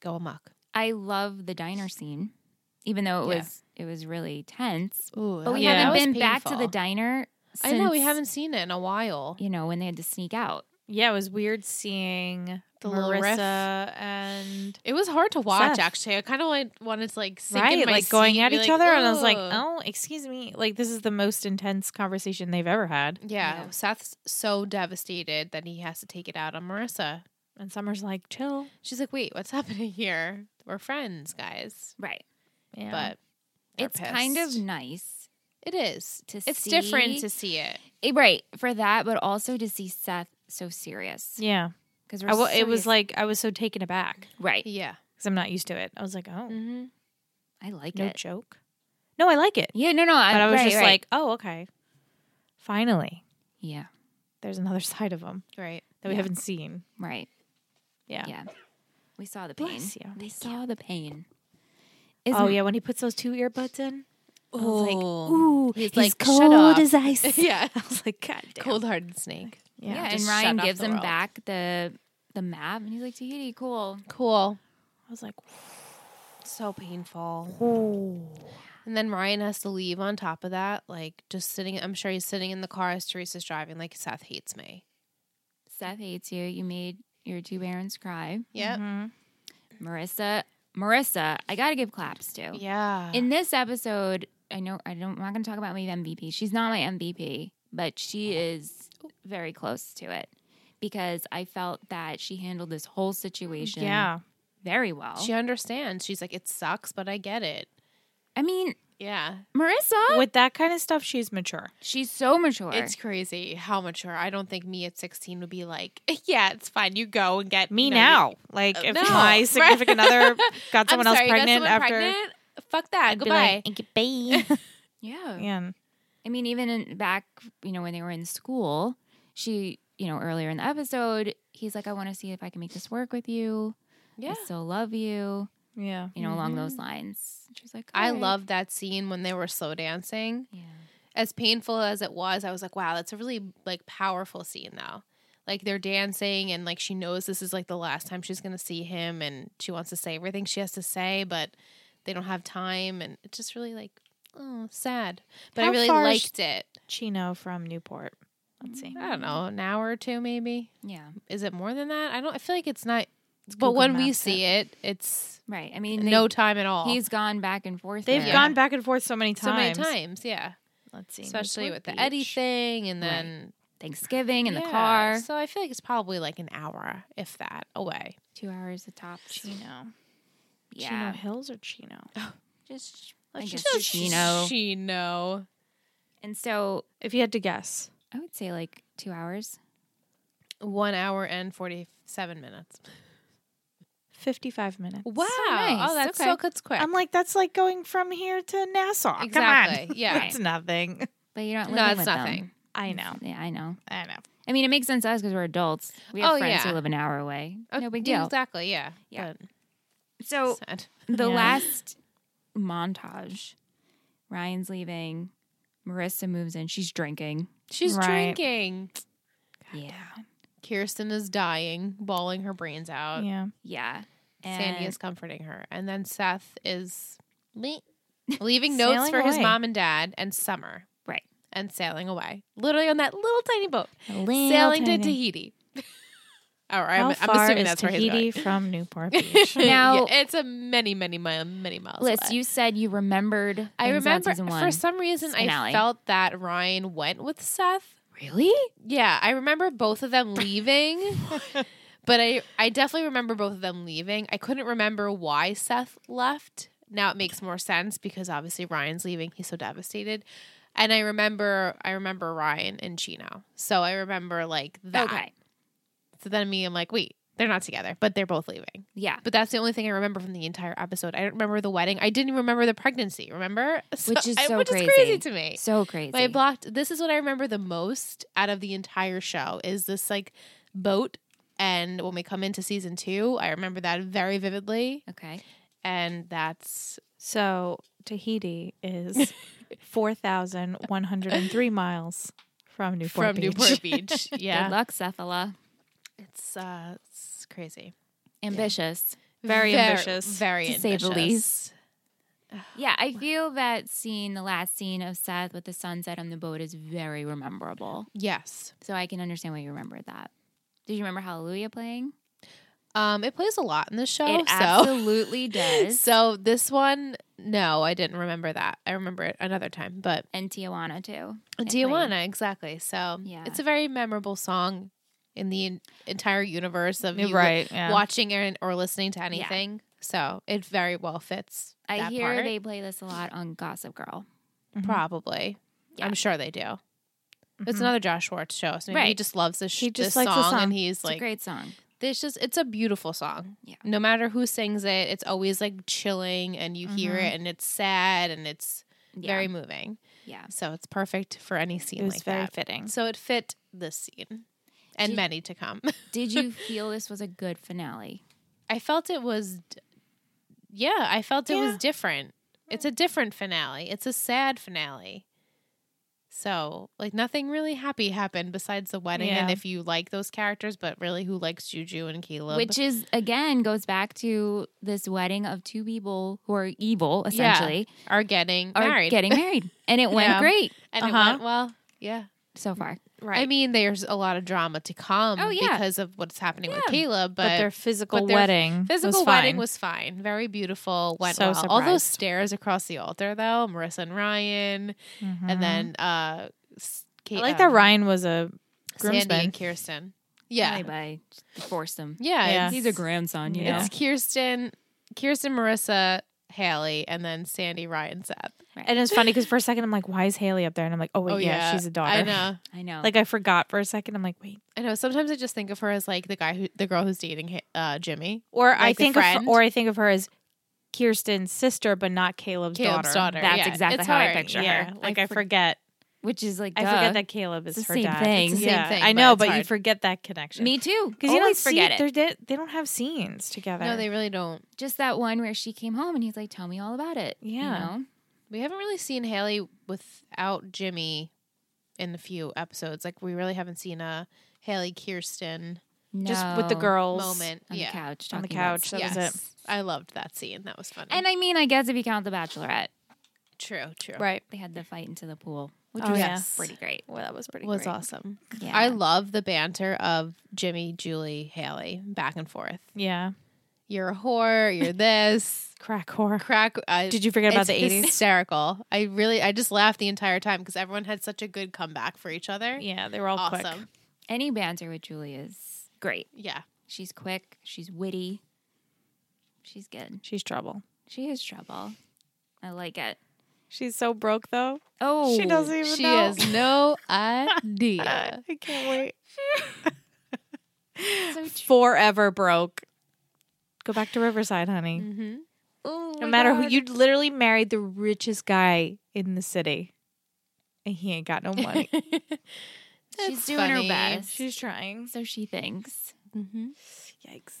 Speaker 5: go amok.
Speaker 4: I love the diner scene, even though it
Speaker 5: Yeah.
Speaker 4: was it was really tense.
Speaker 5: Ooh,
Speaker 4: But we
Speaker 1: Yeah.
Speaker 4: haven't been back to the diner. Since,
Speaker 5: I know we haven't seen it in a while.
Speaker 4: You know when they had to sneak out.
Speaker 1: yeah, it was weird seeing
Speaker 5: The little riff.
Speaker 1: Marissa and
Speaker 5: It was hard to watch
Speaker 1: Seth.
Speaker 5: actually. I kind of wanted to like sink in
Speaker 1: right,
Speaker 5: my
Speaker 1: like going
Speaker 5: seat,
Speaker 1: at
Speaker 5: be
Speaker 1: each other, and I was like,
Speaker 5: "Ugh."
Speaker 1: "Oh, excuse me." Like this is the most intense conversation they've ever had.
Speaker 5: Yeah,
Speaker 4: Yeah.
Speaker 5: Seth's so devastated that he has to take it out on Marissa.
Speaker 1: And Summer's like, "Chill."
Speaker 5: She's like, "Wait, what's happening here? We're friends, guys."
Speaker 4: Right.
Speaker 1: Yeah.
Speaker 5: But they're
Speaker 4: it's kind of
Speaker 5: pissed.
Speaker 4: nice.
Speaker 5: it is.
Speaker 4: to
Speaker 5: it's different
Speaker 4: see-
Speaker 5: to see it.
Speaker 4: Eh, Right for that, but also to see Seth so serious
Speaker 1: yeah,
Speaker 4: because
Speaker 1: I w- it was like I was so taken aback
Speaker 4: right.
Speaker 5: Yeah.
Speaker 1: because I'm not used to it. I was like, "Oh,
Speaker 5: Mm-hmm.
Speaker 4: I like
Speaker 1: no
Speaker 4: it.
Speaker 1: joke." No, I like it,
Speaker 4: Yeah, no, no. I,
Speaker 1: but I was
Speaker 4: right,
Speaker 1: just
Speaker 4: right.
Speaker 1: like, "Oh, okay." Finally,
Speaker 4: yeah,
Speaker 1: there's another side of them
Speaker 5: Right.
Speaker 1: that we
Speaker 4: Yeah.
Speaker 1: haven't seen.
Speaker 4: right.
Speaker 1: Yeah.
Speaker 4: Yeah, we saw the pain.
Speaker 1: Bless you.
Speaker 4: We saw the pain. Isn't
Speaker 1: Oh yeah, when he puts those two earbuds in, I was like,
Speaker 5: Ooh.
Speaker 1: "Ooh,
Speaker 5: He's
Speaker 1: he's,
Speaker 5: like, "Shut
Speaker 1: cold
Speaker 5: up."
Speaker 1: as ice."
Speaker 5: Oh. Yeah.
Speaker 1: I was like, "God damn."
Speaker 5: Cold-hearted snake.
Speaker 1: Yeah.
Speaker 4: Yeah, and
Speaker 5: just
Speaker 4: Ryan
Speaker 5: shut off
Speaker 4: gives
Speaker 5: the
Speaker 4: him
Speaker 5: world.
Speaker 4: back the the map, and he's like, "Tahiti, cool."
Speaker 5: Cool.
Speaker 1: I was like,
Speaker 5: So painful.
Speaker 1: "Ooh."
Speaker 5: And then Ryan has to leave on top of that, like just sitting. I'm sure he's sitting in the car as Teresa's driving. Like Seth hates me.
Speaker 4: Seth hates you. You made your two barons cry.
Speaker 5: Yeah.
Speaker 1: Mm-hmm.
Speaker 4: Marissa, Marissa, I gotta give claps
Speaker 1: Oh.
Speaker 4: to.
Speaker 5: Yeah.
Speaker 4: In this episode, I know I don't. I'm not gonna talk about my MVP. She's not my MVP, but she is very close to it because I felt that she handled this whole situation
Speaker 1: Yeah.
Speaker 4: very well.
Speaker 5: she understands. She's like, it sucks, but I get it.
Speaker 4: I mean,
Speaker 5: Yeah.
Speaker 4: Marissa,
Speaker 1: With that kind of stuff, she's mature.
Speaker 4: she's so mature.
Speaker 5: It's crazy how mature. I don't think me at 16 would be like, yeah, it's fine. You go and get
Speaker 1: Me
Speaker 5: you know,
Speaker 1: now.
Speaker 5: you-
Speaker 1: Like,
Speaker 5: Uh,
Speaker 1: if
Speaker 5: no.
Speaker 1: my significant other got someone
Speaker 5: I'm
Speaker 1: else
Speaker 5: sorry, you got
Speaker 1: pregnant
Speaker 5: someone
Speaker 1: after.
Speaker 5: pregnant? Fuck that.
Speaker 1: I'd be
Speaker 5: Goodbye.
Speaker 1: like, "Goodbye."
Speaker 4: yeah.
Speaker 1: yeah.
Speaker 4: I mean, even in back, you know, when they were in school, she, you know, earlier in the episode, he's like, I want to see if I can make this work with you.
Speaker 5: yeah. Mm-hmm.
Speaker 4: I still love you,
Speaker 1: Yeah.
Speaker 4: you know, along those lines. She's like,
Speaker 5: I
Speaker 4: "All right."
Speaker 5: love that scene when they were slow dancing.
Speaker 4: Yeah.
Speaker 5: As painful as it was, I was like, wow, that's a really like powerful scene though. Like they're dancing and like she knows this is like the last time she's going to see him and she wants to say everything she has to say, but they don't have time and it's just really like oh, sad. But I
Speaker 1: How
Speaker 5: really
Speaker 1: far is-
Speaker 5: liked it.
Speaker 1: Chino from Newport. Let's see.
Speaker 5: I don't know, an hour or two maybe.
Speaker 4: Yeah.
Speaker 5: Is it more than that? I don't. I feel like it's not. but
Speaker 1: Google
Speaker 5: when we
Speaker 1: Maps
Speaker 5: see it, it's
Speaker 4: Right. I mean,
Speaker 5: no
Speaker 4: no,
Speaker 5: time at all.
Speaker 4: he's gone back and forth.
Speaker 1: They've
Speaker 4: there.
Speaker 1: gone back and forth so many
Speaker 5: so many
Speaker 1: times.
Speaker 5: times, yeah.
Speaker 1: Let's see.
Speaker 5: Especially with
Speaker 1: Newport
Speaker 5: the Eddie
Speaker 1: Beach.
Speaker 5: thing, and
Speaker 4: Right.
Speaker 5: then
Speaker 4: Thanksgiving in the
Speaker 5: Yeah,
Speaker 4: car.
Speaker 5: So I feel like it's probably like an hour, if that, away.
Speaker 4: Two hours at tops.
Speaker 1: Chino. Chino
Speaker 4: Yeah.
Speaker 1: Hills or Chino?
Speaker 4: Just, I
Speaker 1: Let's
Speaker 4: guess
Speaker 1: just do
Speaker 4: Chino.
Speaker 5: She know.
Speaker 4: And so
Speaker 1: If you had to guess.
Speaker 4: I would say like two hours.
Speaker 5: One hour and forty-seven minutes.
Speaker 1: 55 minutes.
Speaker 5: Wow!
Speaker 4: nice.
Speaker 5: Oh, that's
Speaker 4: Okay. Um,
Speaker 5: so cuts quick.
Speaker 1: I'm like, that's like going from here to Nassau. Come
Speaker 5: Exactly,
Speaker 1: on.
Speaker 5: yeah.
Speaker 1: It's nothing.
Speaker 4: But you don't
Speaker 5: No,
Speaker 4: live
Speaker 5: it's
Speaker 4: with
Speaker 5: nothing.
Speaker 4: them.
Speaker 1: I know.
Speaker 4: Yeah, I know.
Speaker 1: I know.
Speaker 4: I mean, it makes sense to us because we're adults. We have
Speaker 5: Oh,
Speaker 4: friends
Speaker 5: yeah.
Speaker 4: who live an hour away.
Speaker 5: Oh,
Speaker 4: no big
Speaker 5: yeah,
Speaker 4: deal. Oh.
Speaker 5: Exactly. Yeah.
Speaker 4: Yeah.
Speaker 5: But
Speaker 4: So
Speaker 5: sad.
Speaker 4: the
Speaker 1: Yeah.
Speaker 4: last montage, Ryan's leaving. Marissa moves in. She's drinking.
Speaker 5: She's
Speaker 1: Right.
Speaker 5: drinking.
Speaker 4: Yeah.
Speaker 5: Kirsten is dying, bawling her brains out.
Speaker 1: Yeah.
Speaker 4: Yeah.
Speaker 5: Sandy
Speaker 4: And-
Speaker 5: is comforting her. And then Seth is leaving notes
Speaker 1: Sailing
Speaker 5: for his
Speaker 1: away.
Speaker 5: mom and dad and Summer
Speaker 4: Right.
Speaker 5: and sailing away. Literally on that little tiny boat.
Speaker 1: Little
Speaker 5: sailing
Speaker 1: tiny-
Speaker 5: to Tahiti. Or
Speaker 1: How
Speaker 5: I'm, I'm
Speaker 1: far
Speaker 5: assuming
Speaker 1: is
Speaker 5: that's where he's
Speaker 1: Tahiti
Speaker 5: going.
Speaker 1: from Newport Beach?
Speaker 5: Yeah,
Speaker 4: Now-
Speaker 5: it's a many, many, mile, many miles.
Speaker 4: Liz,
Speaker 5: away.
Speaker 4: you said you remembered.
Speaker 5: I
Speaker 4: things about
Speaker 5: remember
Speaker 4: season
Speaker 5: for
Speaker 4: one.
Speaker 5: some reason I
Speaker 4: finale.
Speaker 5: felt that Ryan went with Seth.
Speaker 4: really.
Speaker 5: Yeah, I remember both of them leaving. but I I definitely remember both of them leaving. I couldn't remember why Seth left. Now it makes more sense because obviously Ryan's leaving. He's so devastated. And I remember I remember Ryan and Chino. So I remember like that.
Speaker 4: Okay.
Speaker 5: So then me I'm like, "Wait, they're not together, but they're both leaving."
Speaker 4: Yeah.
Speaker 5: But that's the only thing I remember from the entire episode. I don't remember the wedding. I didn't even remember the pregnancy, remember? So-
Speaker 4: Which is
Speaker 5: I-
Speaker 4: so
Speaker 5: which
Speaker 4: crazy.
Speaker 5: is crazy to me.
Speaker 4: So crazy.
Speaker 5: My blocked. This is what I remember the most out of the entire show is this like boat. And when we come into season two, I remember that very vividly.
Speaker 4: okay.
Speaker 5: And that's
Speaker 1: so Tahiti is four thousand one hundred and three miles from Newport
Speaker 5: from
Speaker 1: Beach.
Speaker 5: Newport Beach. Yeah,
Speaker 4: Good luck, Cephala.
Speaker 5: it's uh, it's crazy.
Speaker 4: Ambitious.
Speaker 1: Very
Speaker 5: Ver-
Speaker 1: ambitious,
Speaker 5: very
Speaker 4: to say the
Speaker 5: ambitious.
Speaker 4: least. Yeah, I feel that scene, the last scene of Seth with the sunset on the boat, is very rememberable.
Speaker 5: Yes,
Speaker 4: So I can understand why you remembered that. Did you remember Hallelujah playing?
Speaker 5: um, it plays a lot in the show.
Speaker 4: it
Speaker 5: so.
Speaker 4: absolutely does.
Speaker 5: So this one, no, I didn't remember that. I remember it another time, but
Speaker 4: and Tijuana too. It played.
Speaker 5: Diawana, exactly. So
Speaker 4: Yeah.
Speaker 5: it's a very memorable song in the en- entire universe of you
Speaker 1: right? Yeah.
Speaker 5: watching or, or listening to anything. So it very well fits.
Speaker 4: I
Speaker 5: that
Speaker 4: hear
Speaker 5: part, Mm-hmm.
Speaker 4: they play this a lot on Gossip Girl.
Speaker 5: probably.
Speaker 4: Yeah. Mm-hmm.
Speaker 5: I'm sure they do. It's
Speaker 1: Mhm.
Speaker 5: another Josh Schwartz show, so maybe he
Speaker 4: Right.
Speaker 5: just loves this, sh-
Speaker 1: He just
Speaker 5: this
Speaker 1: likes
Speaker 5: song,
Speaker 1: the song.
Speaker 5: and he's
Speaker 4: It's
Speaker 5: like,
Speaker 4: a great song.
Speaker 5: "This just it's a beautiful song."
Speaker 4: Yeah.
Speaker 5: No matter who sings it, it's always like chilling, and you hear
Speaker 1: Mhm.
Speaker 5: it, and it's sad, and it's
Speaker 4: Mm-hmm. Yeah.
Speaker 5: very moving.
Speaker 4: yeah.
Speaker 5: So it's perfect for any scene
Speaker 1: It was
Speaker 5: like
Speaker 1: very
Speaker 5: that.
Speaker 1: fitting.
Speaker 5: So it fit this scene and
Speaker 4: Did-
Speaker 5: many to come.
Speaker 4: Did you feel this was a good finale?
Speaker 5: I felt it was, d- yeah, I felt it was
Speaker 1: Yeah.
Speaker 5: different. It's a different finale. It's a sad finale. So, like, nothing really happy happened besides the wedding. And
Speaker 1: Yeah.
Speaker 5: if you like those characters, but really, who likes Juju and Caleb?
Speaker 4: Which is again goes back to this wedding of two people who are evil essentially
Speaker 5: are getting
Speaker 4: are
Speaker 5: married.
Speaker 4: getting married, and it went
Speaker 5: Yeah.
Speaker 4: great
Speaker 5: and it
Speaker 1: Uh-huh.
Speaker 5: went well. Yeah.
Speaker 4: so far.
Speaker 1: right.
Speaker 5: I mean, there's a lot of drama to come
Speaker 4: Oh, yeah.
Speaker 5: because of what's happening with
Speaker 4: Yeah.
Speaker 5: Caleb,
Speaker 1: but,
Speaker 5: but,
Speaker 1: their physical
Speaker 5: but their
Speaker 1: wedding,
Speaker 5: Physical
Speaker 1: was
Speaker 5: wedding
Speaker 1: fine.
Speaker 5: was fine. Very beautiful. Went
Speaker 1: So
Speaker 5: well. All
Speaker 1: surprised.
Speaker 5: those stairs across the altar, though. Marissa and Ryan,
Speaker 1: Mhm.
Speaker 5: and then uh, s- Kate,
Speaker 1: I like
Speaker 5: uh,
Speaker 1: that Ryan was a
Speaker 5: Sandy
Speaker 1: groomsman.
Speaker 5: and Kirsten. Yeah,
Speaker 4: Only by force them.
Speaker 5: yeah.
Speaker 1: Yeah.
Speaker 5: It's,
Speaker 4: He's a grandson, you know.
Speaker 5: it's Kirsten, Kirsten, Marissa, Haley, and then Sandy, Ryan, Seth.
Speaker 1: And it's funny because for a second I'm like, why is Haley up there? And I'm like, oh wait,
Speaker 5: Oh,
Speaker 1: yeah,
Speaker 5: yeah.
Speaker 1: she's a daughter.
Speaker 5: I know.
Speaker 4: I know.
Speaker 1: Like I forgot for a second. I'm like, wait.
Speaker 5: I know. Sometimes I just think of her as like the guy who, the girl who's dating hi- uh, Jimmy,
Speaker 1: Or I
Speaker 5: Like the
Speaker 1: think of her,
Speaker 5: friend?
Speaker 1: or I think of her as Kirsten's sister, but not Caleb's,
Speaker 5: Caleb's daughter.
Speaker 1: That's
Speaker 5: Yeah,
Speaker 1: exactly
Speaker 5: it's
Speaker 1: how I
Speaker 5: hard.
Speaker 1: picture
Speaker 5: Yeah,
Speaker 1: her. Like
Speaker 5: I
Speaker 1: I,
Speaker 5: for-
Speaker 1: forget.
Speaker 4: which is like
Speaker 1: I
Speaker 4: duh.
Speaker 1: forget that Caleb is
Speaker 4: It's the
Speaker 1: her
Speaker 4: same
Speaker 1: dad.
Speaker 4: thing.
Speaker 1: It's the
Speaker 5: Same
Speaker 1: yeah,
Speaker 5: thing,
Speaker 1: I
Speaker 5: but
Speaker 1: know,
Speaker 5: it's
Speaker 1: but you
Speaker 5: hard.
Speaker 1: forget that connection.
Speaker 4: Me too.
Speaker 1: because you
Speaker 4: Always
Speaker 1: don't see-
Speaker 4: forget
Speaker 1: they're
Speaker 4: it.
Speaker 1: di- they don't have scenes together.
Speaker 5: No, they really don't.
Speaker 4: Just that one where she came home and he's like, "Tell me all about it."
Speaker 1: Yeah.
Speaker 4: You know?
Speaker 5: We haven't really seen Haley without Jimmy in a few episodes. Like we really haven't seen a Haley Kirsten
Speaker 1: just with the
Speaker 4: No.
Speaker 1: girls
Speaker 5: moment.
Speaker 4: on
Speaker 5: yeah.
Speaker 4: the couch.
Speaker 1: on the
Speaker 4: talking about
Speaker 1: couch.
Speaker 4: stuff.
Speaker 1: That was it.
Speaker 5: Yes. I loved that scene. That was funny.
Speaker 4: And I mean, I guess if you count the Bachelorette,
Speaker 5: true, true.
Speaker 1: Right.
Speaker 4: they had the fight into the pool, which
Speaker 1: Oh,
Speaker 4: was
Speaker 1: yeah.
Speaker 4: pretty great.
Speaker 1: Well, that was pretty.
Speaker 5: was
Speaker 1: great.
Speaker 5: awesome.
Speaker 4: Yeah.
Speaker 5: I love the banter of Jimmy, Julie, Haley, back and forth.
Speaker 1: Yeah.
Speaker 5: You're a whore. You're this
Speaker 1: Crack whore.
Speaker 5: crack. I,
Speaker 1: Did you forget about the eighties?
Speaker 5: Hysterical. I really, I just laughed the entire time because everyone had such a good comeback for each other.
Speaker 1: Yeah, they were all
Speaker 5: awesome.
Speaker 1: quick.
Speaker 4: Any banter with Julie is great.
Speaker 5: Yeah.
Speaker 4: She's quick. She's witty. She's good.
Speaker 1: She's trouble.
Speaker 4: She is trouble. I like it.
Speaker 1: She's so broke though.
Speaker 4: Oh,
Speaker 1: she doesn't even
Speaker 5: She
Speaker 1: know.
Speaker 5: has no idea.
Speaker 1: I can't wait.
Speaker 4: So
Speaker 1: Forever broke. Go back to Riverside, honey.
Speaker 5: mm-hmm.
Speaker 4: Oh
Speaker 1: No
Speaker 4: my
Speaker 1: matter who
Speaker 4: God.
Speaker 1: you literally married the richest guy in the city. And he ain't got no money.
Speaker 4: She's doing her best.
Speaker 1: She's trying.
Speaker 4: So she thinks.
Speaker 5: Mm-hmm.
Speaker 1: Yikes.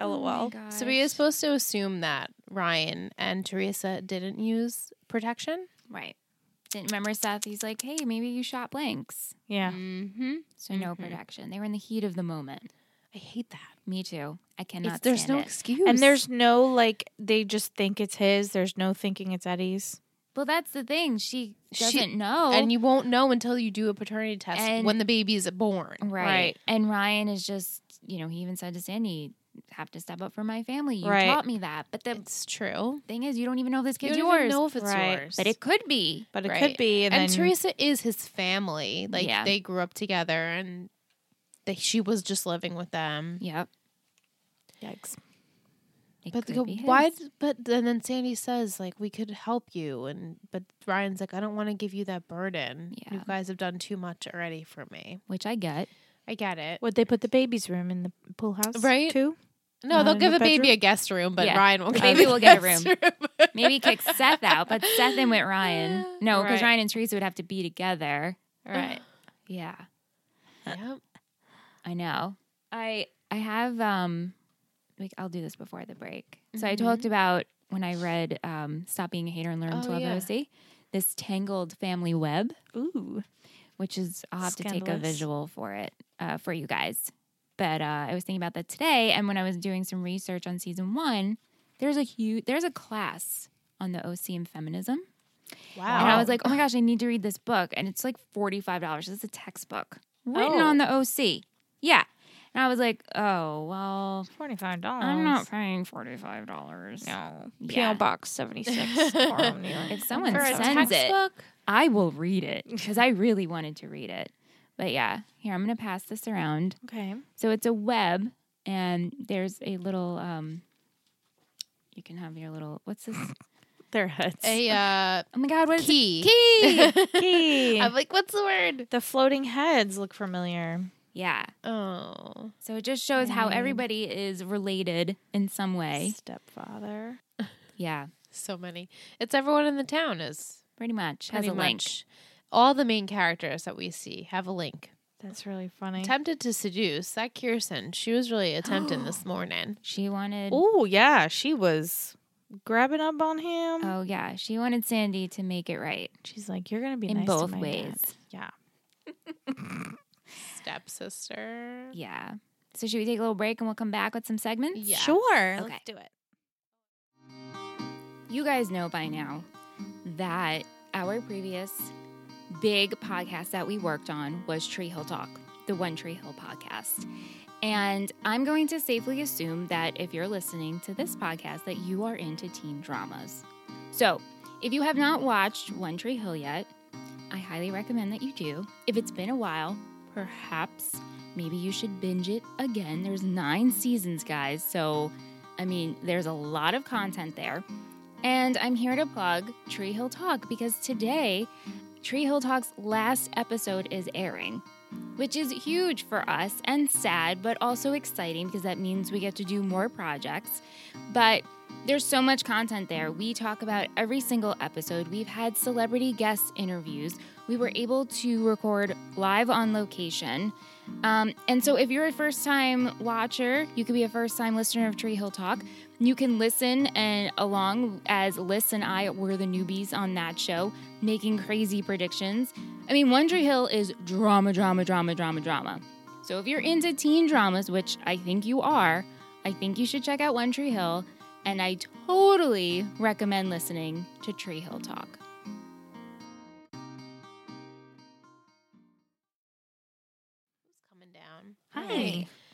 Speaker 4: Oh my
Speaker 1: LOL.
Speaker 4: gosh.
Speaker 5: So we are supposed to assume that Ryan and Teresa didn't use protection.
Speaker 4: right. Didn't remember Seth. He's like, hey, maybe you shot blanks.
Speaker 1: yeah.
Speaker 5: Mm-hmm.
Speaker 4: So no protection. They were in the heat of the moment.
Speaker 5: I hate that.
Speaker 4: Me too. I cannot.
Speaker 5: It's, there's
Speaker 4: stand
Speaker 5: no
Speaker 4: it.
Speaker 5: excuse.
Speaker 1: And there's no like they just think it's his. There's no thinking it's Eddie's.
Speaker 4: Well, that's the thing. She
Speaker 5: She-
Speaker 4: doesn't know.
Speaker 5: and you won't know until you do a paternity test
Speaker 4: And-
Speaker 5: when the baby is born.
Speaker 4: right.
Speaker 1: right.
Speaker 4: And Ryan is just you know, he even said to Sandy, "Have to step up for my family. You
Speaker 1: Right.
Speaker 4: taught me that." But the
Speaker 5: It's true.
Speaker 4: thing is, you don't even know if this
Speaker 5: You
Speaker 4: kid's
Speaker 5: don't even
Speaker 4: yours.
Speaker 5: know if it's
Speaker 1: Right.
Speaker 5: yours.
Speaker 4: but it could be.
Speaker 1: But it
Speaker 5: Right.
Speaker 1: could be. And,
Speaker 5: and
Speaker 1: then
Speaker 5: Teresa is his family. Like
Speaker 4: Yeah.
Speaker 5: they grew up together, and they, she was just living with them.
Speaker 4: Yep.
Speaker 1: Yikes.
Speaker 4: It
Speaker 5: But
Speaker 4: could
Speaker 5: the-
Speaker 4: be
Speaker 5: why?
Speaker 4: his.
Speaker 5: But and then Sandy says like we could help you, and but Ryan's like I don't want to give you that burden. You
Speaker 4: Yeah.
Speaker 5: guys have done too much already for me.
Speaker 4: Which I get.
Speaker 5: I get it.
Speaker 1: Would they put the baby's room in the pool house?
Speaker 5: Right?
Speaker 1: Too?
Speaker 5: No,
Speaker 1: Not
Speaker 5: they'll
Speaker 1: in
Speaker 5: give
Speaker 1: the
Speaker 5: a baby
Speaker 1: bedroom?
Speaker 5: a guest room, but
Speaker 4: Yeah.
Speaker 5: Ryan will
Speaker 4: The
Speaker 5: get
Speaker 4: baby will get a
Speaker 5: guest
Speaker 4: room. Maybe kick Seth out, but Seth and with Ryan. No, because
Speaker 5: Right.
Speaker 4: Ryan and Teresa would have to be together.
Speaker 5: Right.
Speaker 4: Yeah.
Speaker 5: Yep.
Speaker 4: I know. I I have um like I'll do this before the break. So I talked about when I read um Stop Being a Hater and Learn
Speaker 5: Oh,
Speaker 4: to Love
Speaker 5: yeah.
Speaker 4: OC, this tangled family web,
Speaker 1: Ooh.
Speaker 4: which is I'll have to take a
Speaker 1: Scandalous.
Speaker 4: visual for it uh for you guys. But uh I was thinking about that today and when I was doing some research on season 1, there's a huge there's a class on the OC and feminism.
Speaker 5: Wow.
Speaker 4: And I was like, oh my gosh, I need to read this book. And it's like $45. It's a textbook written
Speaker 1: Oh.
Speaker 4: on the OC. Yeah. And I was like, oh, well,
Speaker 1: $45.
Speaker 4: I'm not paying $45.
Speaker 1: No.
Speaker 4: Yeah.
Speaker 1: P.O. Box 76. Harlem, New York.
Speaker 4: If someone
Speaker 5: for a
Speaker 4: sends it,
Speaker 5: textbook.
Speaker 4: I will read it because I really wanted to read it. But yeah, here, I'm going to pass this around.
Speaker 1: Okay.
Speaker 4: So it's a web, and there's a little, um, you can have your little, what's this?
Speaker 1: Their heads.
Speaker 5: A uh,
Speaker 4: Oh my God, what is
Speaker 5: key.
Speaker 4: it? Key.
Speaker 1: Key.
Speaker 5: I'm like, what's the word?
Speaker 1: the floating heads look familiar.
Speaker 4: yeah.
Speaker 5: Oh.
Speaker 4: So it just shows how
Speaker 1: Mm.
Speaker 4: everybody is related in some way.
Speaker 1: Stepfather.
Speaker 4: Yeah,
Speaker 5: So many. It's everyone in the town is
Speaker 4: pretty much.
Speaker 5: pretty
Speaker 4: Has a
Speaker 5: much
Speaker 4: link.
Speaker 5: all the main characters that we see have a link.
Speaker 1: That's really funny.
Speaker 5: Tempted to seduce that Kirsten. She was really attempting this morning.
Speaker 4: She wanted.
Speaker 1: Oh, yeah. She was grabbing up on him.
Speaker 4: Oh yeah, she wanted Sandy to make it right.
Speaker 1: She's like, you're going to be
Speaker 4: In
Speaker 1: nice to
Speaker 4: both
Speaker 1: my dad."
Speaker 4: ways.
Speaker 1: Yeah.
Speaker 5: Stepsister.
Speaker 4: Yeah. So should we take a little break and we'll come back with some segments?
Speaker 5: Yeah.
Speaker 1: Sure.
Speaker 4: Okay.
Speaker 1: Let's do it.
Speaker 4: You guys know by now that our previous big podcast that we worked on was Tree Hill Talk, the One Tree Hill podcast. And I'm going to safely assume that if you're listening to this podcast that you are into teen dramas. So, if you have not watched One Tree Hill yet, I highly recommend that you do. If it's been a while, perhaps maybe you should binge it again. There's 9 seasons, guys. So, I mean, there's a lot of content there. And I'm here to plug Tree Hill Talk because today, Tree Hill Talk's last episode is airing, which is huge for us and sad, but also exciting because that means we get to do more projects. But there's so much content there. We talk about every single episode. We've had celebrity guest interviews. We were able to record live on location. Um, and so, if you're a first time watcher, you could be a first time listener of Tree Hill Talk. You can listen and along as Liz and I were the newbies on that show, making crazy predictions. I mean, One Tree Hill is drama, drama, drama, drama, drama. So, if you're into teen dramas, which I think you are, I think you should check out One Tree Hill. And I totally recommend listening to Tree Hill Talk.
Speaker 5: Coming down.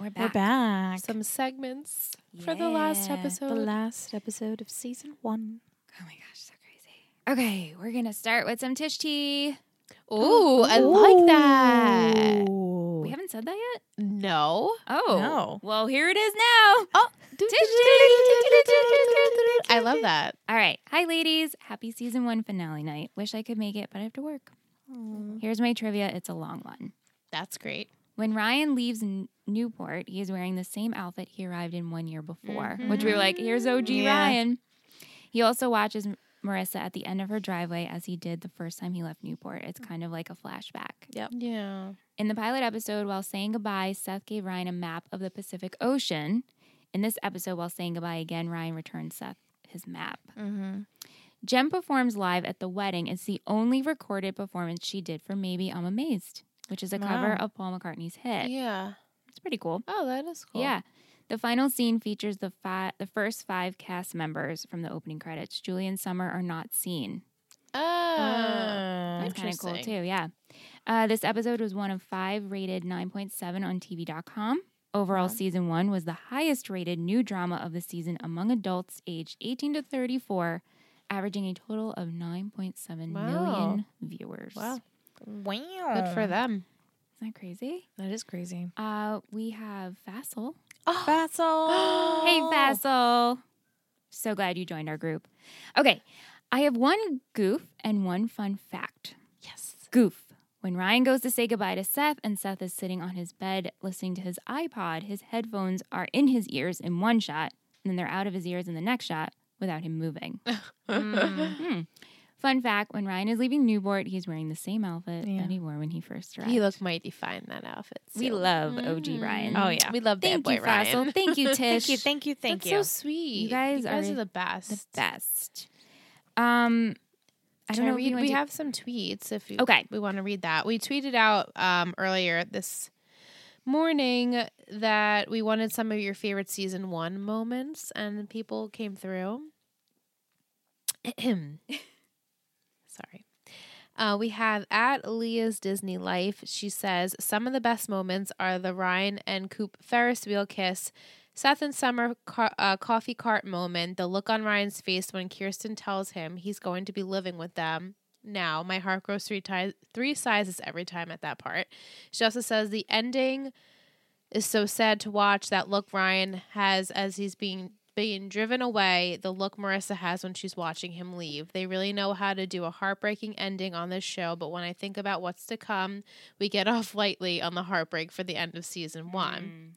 Speaker 4: We're back.
Speaker 1: We're back.
Speaker 5: Some segments for the last
Speaker 4: Yeah.
Speaker 5: episode.
Speaker 1: the last episode of season one.
Speaker 4: Oh my gosh, so crazy. Okay, we're gonna start with some Tish tea.
Speaker 5: Ooh, I like
Speaker 4: Uh,
Speaker 5: that.
Speaker 4: We
Speaker 1: Ooh.
Speaker 4: haven't said that yet.
Speaker 5: No.
Speaker 4: Oh,
Speaker 1: No.
Speaker 4: Well, here it is now.
Speaker 5: Oh.
Speaker 4: Tish
Speaker 5: I love that.
Speaker 4: All right, hi ladies. Happy season one finale night. Wish I could make it, but I have to work. Here's my trivia. It's a long one.
Speaker 5: That's great.
Speaker 4: When Ryan leaves N- Newport, he is wearing the same outfit he arrived in one year before, which we were like, here's OG
Speaker 1: Mm-hmm. Yeah.
Speaker 4: Ryan. He also watches M- Marissa at the end of her driveway as he did the first time he left Newport. It's kind of like a flashback.
Speaker 5: Yeah.
Speaker 4: In the pilot episode, while saying goodbye, Seth gave Ryan a map of the Pacific Ocean. In this episode, while saying goodbye again, Ryan returns Seth his map.
Speaker 5: Mm-hmm.
Speaker 4: Jem performs live at the wedding. It's the only recorded performance she did for Maybe I'm Amazed, which is a cover
Speaker 1: Wow.
Speaker 4: of Paul McCartney's hit.
Speaker 5: Yeah.
Speaker 4: It's pretty cool.
Speaker 5: Eh. Oh, that is cool.
Speaker 4: Yeah. The final scene features the fi- the first five cast members from the opening credits. Julie and Summer are not seen.
Speaker 5: Oh.
Speaker 4: That's kind of cool
Speaker 5: Interesting.
Speaker 4: too. Yeah. Uh, this episode was one of five rated 9.7 on TV.com. Overall, season one was the highest rated new drama of the season among adults aged 18 to 34, averaging a total of 9.7 million
Speaker 5: Wow.
Speaker 4: viewers.
Speaker 5: Wow.
Speaker 1: Wow.
Speaker 5: Good for them.
Speaker 4: Isn't that crazy?
Speaker 1: That is crazy.
Speaker 4: Uh, we have Fassel.
Speaker 1: Oh. Basil.
Speaker 4: Hey, Fassel. So glad you joined our group. Okay, I have one goof and one fun fact.
Speaker 1: Yes.
Speaker 4: Goof. When Ryan goes to say goodbye to Seth and Seth is sitting on his bed listening to his iPod, his headphones are in his ears in one shot, and then they're out of his ears in the next shot without him moving. Hmm. Fun fact when Ryan is leaving Newport, he's wearing the same outfit
Speaker 1: Yeah.
Speaker 4: that he wore when he first arrived.
Speaker 5: He looked mighty fine in that outfit.
Speaker 4: we
Speaker 5: so-
Speaker 4: love OG Ryan.
Speaker 1: Oh, yeah.
Speaker 5: Mm-hmm. We love
Speaker 4: Thank
Speaker 5: that boy
Speaker 4: you,
Speaker 5: Ryan.
Speaker 4: Fossil. Thank you, Tish.
Speaker 1: Thank you. Thank you. Thank
Speaker 5: That's
Speaker 1: you.
Speaker 5: so sweet.
Speaker 4: You guys
Speaker 5: are,
Speaker 4: are
Speaker 5: the best.
Speaker 4: the best. Um, I
Speaker 5: Should
Speaker 4: don't know. if
Speaker 5: read-
Speaker 4: you want
Speaker 5: we
Speaker 4: to-
Speaker 5: have some tweets if you,
Speaker 4: Okay.
Speaker 5: we want to read that. We tweeted out um, earlier this morning that we wanted some of your favorite season one moments, and people came through. Sorry. Uh, we have at Leah's Disney Life. She says some of the best moments are the Ryan and Coop Ferris wheel kiss, Seth and Summer car- uh, coffee cart moment, the look on Ryan's face when Kirsten tells him he's going to be living with them. Now, my heart grows three, ti- three sizes every time at that part. She also says the ending is so sad to watch. That look Ryan has as he's being being driven away, the look Marissa has when she's watching him leave. They really know how to do a heartbreaking ending on this show, but when I think about what's to come, we get off lightly on the heartbreak for the end of season one.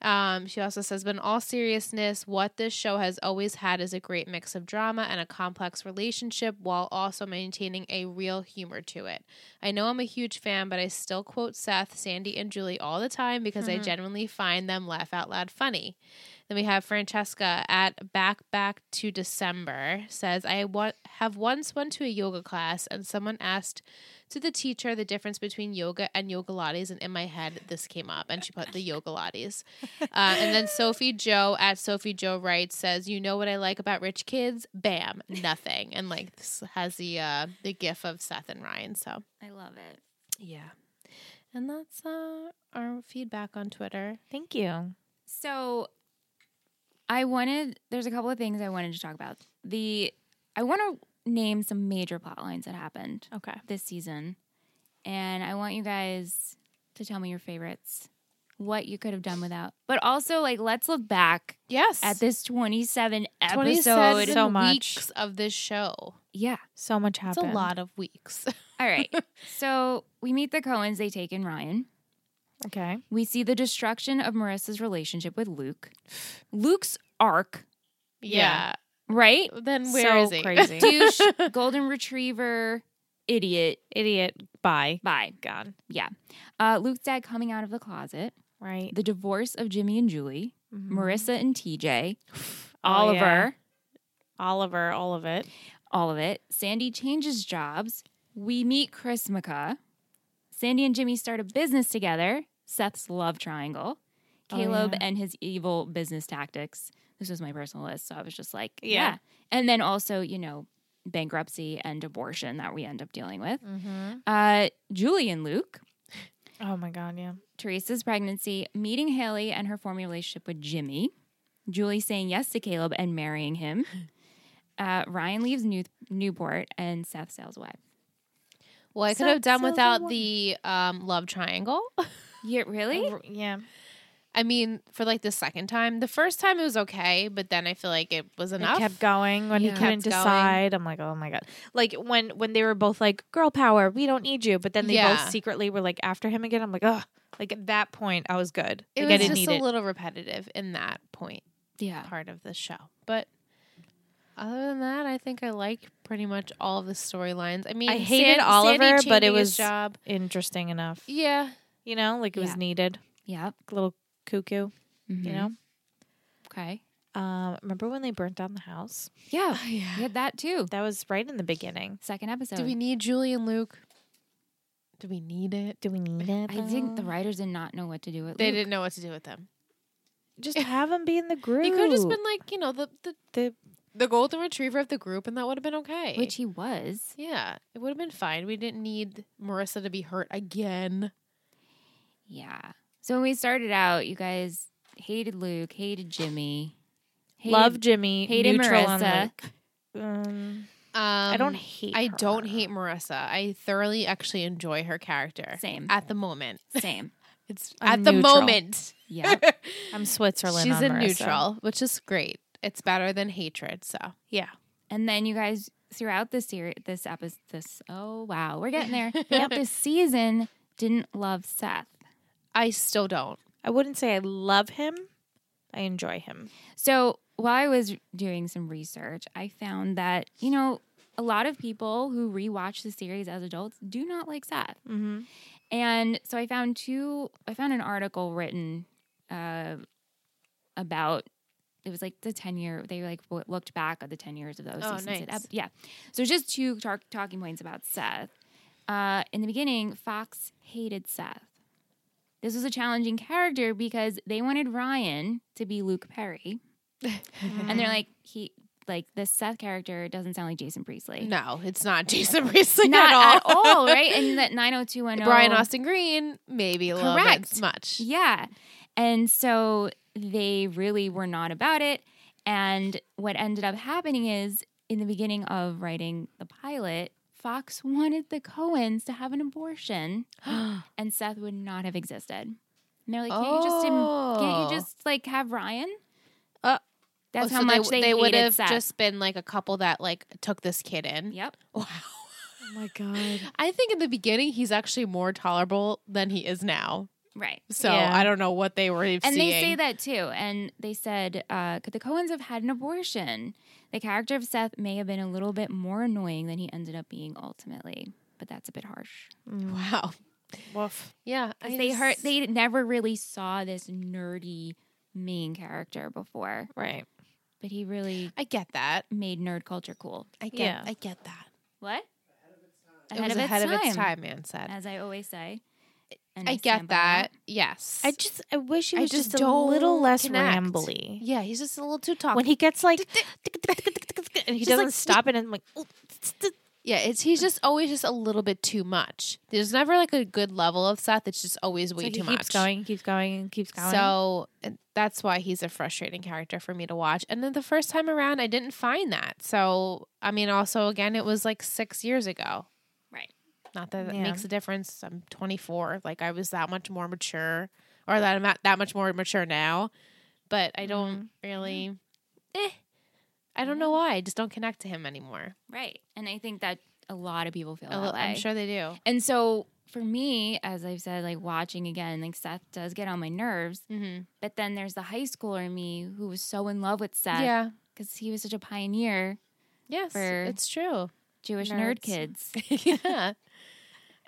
Speaker 5: Um, she also says, but in all seriousness, what this show has always had is a great mix of drama and a complex relationship while also maintaining a real humor to it. I know I'm a huge fan, but I still quote Seth, Sandy, and Julie all the time because I genuinely find them laugh out loud funny. Then we have Francesca at Back Back to December says, I wa- have once went to a yoga class and someone asked to the teacher the difference between yoga and yoga lattes. And in my head, this came up and she put the yoga lattes. Uh, and then Sophie Joe at Sophie Joe Wright says, You know what I like about rich kids? Bam, nothing. And like this has the, uh, the gif of Seth and Ryan. So
Speaker 4: I love it.
Speaker 5: yeah. And that's uh, our feedback on Twitter.
Speaker 1: Thank you.
Speaker 4: So I wanted there's a couple of things I wanted to talk about. The I want to name some major plot lines that happened
Speaker 1: Okay.
Speaker 4: this season. And I want you guys to tell me your favorites. What you could have done without. But also like let's look back
Speaker 5: Yes.
Speaker 4: at this 27
Speaker 5: 27
Speaker 4: episode.
Speaker 1: So much.
Speaker 5: weeks of this show.
Speaker 4: yeah.
Speaker 1: So much
Speaker 5: It's
Speaker 1: happened.
Speaker 5: a lot of weeks.
Speaker 4: All right. so we meet the Cohens, they take in Ryan.
Speaker 1: Okay.
Speaker 4: We see the destruction of Marissa's relationship with Luke. Luke's arc,
Speaker 5: Yeah.
Speaker 4: right?
Speaker 5: Then where
Speaker 1: so
Speaker 5: is he?
Speaker 1: crazy.
Speaker 4: douche, golden retriever, idiot.
Speaker 1: Idiot. Bye.
Speaker 4: Bye.
Speaker 1: God.
Speaker 4: Yeah. Uh, Luke's dad coming out of the closet.
Speaker 1: Right.
Speaker 4: The divorce of Jimmy and Julie.
Speaker 1: Mhm.
Speaker 5: Mm-hmm.
Speaker 4: Marissa and TJ.
Speaker 1: Oh,
Speaker 4: Oliver.
Speaker 1: yeah. Oliver. All of it.
Speaker 4: All of it. Sandy changes jobs. We meet Chris McCaw. Sandy and Jimmy start a business together. Seth's love triangle.
Speaker 1: Oh,
Speaker 4: Caleb
Speaker 1: yeah.
Speaker 4: and his evil business tactics. This was my personal list, so I was just like,
Speaker 1: Yeah.
Speaker 4: yeah. And then also, you know, bankruptcy and abortion that we end up dealing with.
Speaker 1: Mm-hmm.
Speaker 4: Uh, Julie and Luke.
Speaker 1: Oh my God. Yeah.
Speaker 4: Teresa's pregnancy, meeting Haley and her forming relationship with Jimmy, Julie saying yes to Caleb and marrying him. Uh, Ryan leaves New- Newport and Seth sails away.
Speaker 5: Well, I could
Speaker 4: So-
Speaker 5: have done
Speaker 4: so the
Speaker 5: without
Speaker 4: one-
Speaker 5: the um, love triangle.
Speaker 4: Yeah, really?
Speaker 1: Yeah.
Speaker 5: I mean, for like the second time. The first time it was okay, but then I feel like it was
Speaker 1: It
Speaker 5: enough.
Speaker 1: kept going when
Speaker 4: Yeah.
Speaker 1: he couldn't
Speaker 5: Kept going.
Speaker 1: decide. I'm like, oh my god. Like when when they were both like, girl power, we don't need you. But then they
Speaker 5: Yeah.
Speaker 1: both secretly were like after him again. I'm like, ugh. Like at that point, I was good.
Speaker 5: it
Speaker 1: like
Speaker 5: was
Speaker 1: I didn't
Speaker 5: just
Speaker 1: need
Speaker 5: a
Speaker 1: it.
Speaker 5: little repetitive in that point
Speaker 4: Yeah.
Speaker 5: part of the show. But other than that, I think I liked pretty much all of the storylines. I mean,
Speaker 1: I hated Oliver,
Speaker 5: Sandy
Speaker 1: but it
Speaker 5: changing his
Speaker 1: was-
Speaker 5: job.
Speaker 1: Interesting enough.
Speaker 5: Yeah,
Speaker 1: You know, like it
Speaker 4: Yeah.
Speaker 1: was needed.
Speaker 4: Yep.
Speaker 1: Little cuckoo.
Speaker 4: Mhm.
Speaker 1: You know.
Speaker 4: Okay. Oh,
Speaker 1: Um, remember when they burnt down the house?
Speaker 4: Yeah. We had that too.
Speaker 1: That was right in the beginning.
Speaker 4: Second episode.
Speaker 5: Do we need Julie and Luke? Do we need it?
Speaker 1: Do we need it?
Speaker 4: I think the
Speaker 1: though?
Speaker 4: writers did not know what to do with
Speaker 5: They
Speaker 4: Luke.
Speaker 5: didn't know what to do with them.
Speaker 1: just have them be in the group.
Speaker 5: He could have just been like, you know, the, the
Speaker 1: the
Speaker 5: the golden retriever of the group, and that would have been okay.
Speaker 4: Which he was.
Speaker 5: yeah, it would have been fine. We didn't need Marissa to be hurt again.
Speaker 4: Yeah. So when we started out, you guys hated Luke, hated Jimmy, hated,
Speaker 1: Love Jimmy.
Speaker 4: hated
Speaker 1: neutral on
Speaker 4: Marissa.
Speaker 1: Luke. Um,
Speaker 5: Um,
Speaker 1: I don't hate.
Speaker 5: I don't
Speaker 1: her.
Speaker 5: hate Marissa. I thoroughly actually enjoy her character.
Speaker 4: Same.
Speaker 5: At the moment.
Speaker 4: Same.
Speaker 5: It's
Speaker 1: I'm
Speaker 5: at the
Speaker 1: neutral.
Speaker 5: moment.
Speaker 4: Yeah.
Speaker 1: I'm Switzerland.
Speaker 5: She's
Speaker 1: on
Speaker 5: a
Speaker 1: Marissa.
Speaker 5: neutral, which is great. It's better than hatred. So yeah.
Speaker 4: and then you guys throughout this series, this episode, this oh wow, we're getting there. throughout this season, didn't love Seth.
Speaker 5: I still don't.
Speaker 1: I wouldn't say I love him. I enjoy him.
Speaker 4: So while I was doing some research, I found that you know a lot of people who rewatch the series as adults do not like Seth.
Speaker 1: Mm-hmm.
Speaker 4: And so I found two. I found an article written uh, about it was like the ten year. They like w- looked back at the ten years of those.
Speaker 5: Oh,
Speaker 4: seasons. It-
Speaker 5: nice.
Speaker 4: yeah. So just two tar- talking points about Seth. Uh, in the beginning, Fox hated Seth. This was a challenging character because they wanted Ryan to be Luke Perry, and they're like he like the Seth character doesn't sound like Jason Priestley.
Speaker 5: No, it's not Jason Priestley
Speaker 4: Not
Speaker 5: at all.
Speaker 4: right? And oh that 90210
Speaker 5: Brian Austin Green, maybe a little
Speaker 4: Correct.
Speaker 5: bit much.
Speaker 4: Yeah. And so they really were not about it. And what ended up happening is in the beginning of writing the pilot, Fox wanted the Cohens to have an abortion and Seth would not have existed. And they're like, can't you just im- can't
Speaker 5: Oh.
Speaker 4: you just like have Ryan?
Speaker 5: Uh,
Speaker 4: That's
Speaker 5: Oh,
Speaker 4: how
Speaker 5: so
Speaker 4: much they, hated
Speaker 5: would have
Speaker 4: Seth.
Speaker 5: just been like a couple that like took this kid in.
Speaker 4: Yep.
Speaker 5: Wow.
Speaker 1: Oh my god.
Speaker 5: I think in the beginning he's actually more tolerable than he is now.
Speaker 4: Right.
Speaker 5: So
Speaker 1: Yeah.
Speaker 5: I don't know what they were
Speaker 4: And
Speaker 5: seeing.
Speaker 4: they say that too. And they said, uh, could the Cohens have had an abortion? The character of Seth may have been a little bit more annoying than he ended up being ultimately. But that's a bit harsh.
Speaker 5: Wow.
Speaker 1: Woof.
Speaker 5: Yeah.
Speaker 4: 'Cause they heard they never really saw this nerdy mean character before.
Speaker 1: Right.
Speaker 4: But he really
Speaker 5: I get that.
Speaker 4: made nerd culture cool.
Speaker 5: I get.
Speaker 1: Yeah.
Speaker 5: I get that.
Speaker 4: What?
Speaker 5: it was ahead of its time, man said.
Speaker 4: As I always say. And
Speaker 5: I
Speaker 4: stand
Speaker 5: get
Speaker 4: by that.
Speaker 5: that. Yes.
Speaker 1: I just I wish he
Speaker 5: I
Speaker 1: was
Speaker 5: just
Speaker 1: just, a little
Speaker 5: don't
Speaker 1: less
Speaker 5: connect.
Speaker 1: rambly.
Speaker 5: yeah, he's just a little too talkative.
Speaker 1: When he gets like and he
Speaker 5: Just, like,
Speaker 1: doesn't stop it and I'm like "Oh, tsk, tsk."
Speaker 5: yeah, it's he's just always just a little bit too much. There's never like a good level of Seth. It's just always
Speaker 1: So
Speaker 5: way
Speaker 1: he
Speaker 5: too
Speaker 1: keeps
Speaker 5: much.
Speaker 1: going, keeps going, and keeps going.
Speaker 5: So and that's why he's a frustrating character for me to watch. And then the first time around, I didn't find that. So I mean, also again, it was like six years ago.
Speaker 4: Right.
Speaker 5: Not that it
Speaker 1: Yeah.
Speaker 5: makes a difference. I'm 24. Like I was that much more mature, or that I'm not that much more mature now. But I don't
Speaker 4: Mm-hmm.
Speaker 5: really. Eh. I don't know why. I just don't connect to him anymore.
Speaker 4: Right. And I think that a lot of people feel
Speaker 5: A
Speaker 4: that
Speaker 5: li- I'm
Speaker 4: way.
Speaker 5: sure they do.
Speaker 4: And so for me, as I've said, like watching again, like Seth does get on my nerves.
Speaker 5: Mm-hmm.
Speaker 4: But then there's the high schooler in me who was so in love with Seth
Speaker 5: Yeah.
Speaker 4: because he was such a pioneer,
Speaker 5: Yes,
Speaker 4: For-
Speaker 5: it's true.
Speaker 4: Jewish
Speaker 1: Nerds.
Speaker 4: nerd kids.
Speaker 5: yeah.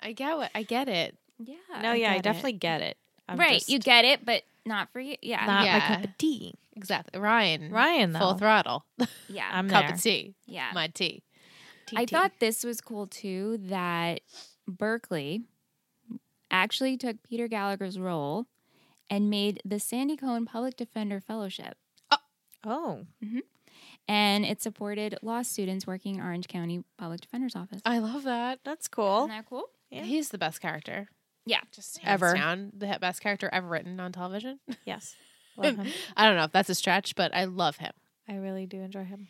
Speaker 5: I get what I get it.
Speaker 4: Yeah.
Speaker 1: no, yeah, I
Speaker 5: get it.
Speaker 1: definitely get it. I'm
Speaker 4: right.
Speaker 1: just
Speaker 4: You get it, but not for you. Yeah.
Speaker 1: not Mm-hmm.
Speaker 5: Yeah.
Speaker 1: my cup of tea.
Speaker 5: Exactly. Ryan.
Speaker 1: Ryan though.
Speaker 5: Full throttle.
Speaker 4: yeah.
Speaker 1: I'm
Speaker 5: Cup
Speaker 1: there.
Speaker 5: of tea.
Speaker 4: yeah.
Speaker 5: My tea.
Speaker 4: I
Speaker 1: TT.
Speaker 4: thought this was cool too that Berkeley actually took Peter Gallagher's role and made the Sandy Cohen Public Defender Fellowship.
Speaker 1: Oh.
Speaker 4: And it supported law students working in Orange County Public Defender's Office.
Speaker 5: I love that.
Speaker 1: That's cool.
Speaker 4: Isn't that cool?
Speaker 1: Yeah.
Speaker 5: He's the best character.
Speaker 4: Yeah.
Speaker 5: Just
Speaker 1: Ever.
Speaker 5: down, the best character ever written on television.
Speaker 1: Yes. Love him.
Speaker 5: I don't know if that's a stretch, but I love him.
Speaker 1: I really do enjoy him.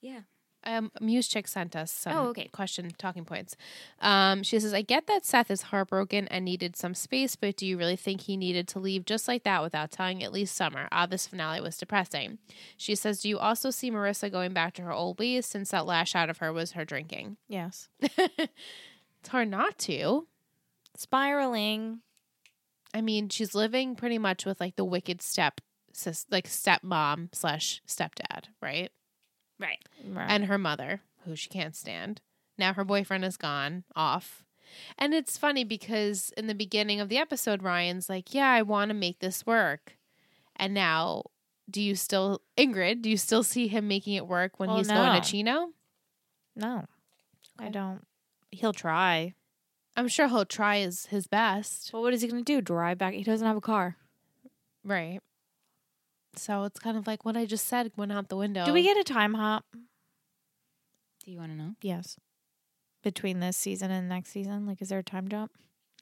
Speaker 4: Yeah.
Speaker 5: Um, Muse Chick sent us some
Speaker 4: Oh, okay.
Speaker 5: question talking points. Um, she says, I get that Seth is heartbroken and needed some space, but do you really think he needed to leave just like that without telling at least Summer? Ah, this finale was depressing. She says, Do you also see Marissa going back to her old ways since that lash out of her was her drinking?
Speaker 1: Yes.
Speaker 5: it's hard not to.
Speaker 1: Spiraling.
Speaker 5: I mean, she's living pretty much with like the wicked step sis like stepmom slash stepdad, right?
Speaker 4: Right.
Speaker 1: Right.
Speaker 5: and her mother, who she can't stand. Now her boyfriend is gone off. And it's funny because in the beginning of the episode, Ryan's like, Yeah, I want to make this work. And now, do you still, Ingrid, do you still see him making it work when
Speaker 1: Well,
Speaker 5: he's going
Speaker 1: no.
Speaker 5: to Chino?
Speaker 1: no. I
Speaker 5: Okay.
Speaker 1: don't. He'll try.
Speaker 5: I'm sure he'll try his, his best.
Speaker 1: But what is he going to do? Drive back? He doesn't have a car.
Speaker 5: Right. So it's kind of like what I just said went out the window.
Speaker 1: Do we get a time hop?
Speaker 4: Do you want to know?
Speaker 1: Yes. Between this season and next season, like, is there a time jump?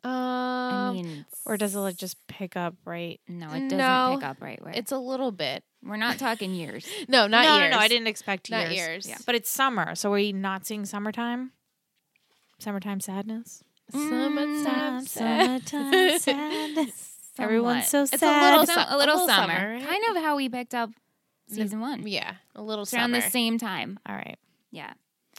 Speaker 5: Um, Mm,
Speaker 4: I mean,
Speaker 1: Or does it like just pick up right?
Speaker 4: no? It doesn't
Speaker 5: No,
Speaker 4: pick up right where
Speaker 5: it's a little bit.
Speaker 4: we're not talking years.
Speaker 5: No, not
Speaker 1: no,
Speaker 5: years.
Speaker 1: no, no, I didn't expect
Speaker 5: Not
Speaker 1: years.
Speaker 5: years.
Speaker 4: Yeah.
Speaker 1: But it's summer, so are you not seeing summertime? Summertime sadness.
Speaker 5: Summertime,
Speaker 1: Mm, summertime sadness. Everyone's so
Speaker 4: Somewhat.
Speaker 5: It's a
Speaker 1: sad.
Speaker 5: little
Speaker 4: Some- a little,
Speaker 5: little
Speaker 4: summer,
Speaker 5: summer, right?
Speaker 4: kind of how we picked up season one
Speaker 5: Yeah, a little
Speaker 4: It's around
Speaker 5: summer.
Speaker 4: the same time.
Speaker 1: All right,
Speaker 4: Yeah.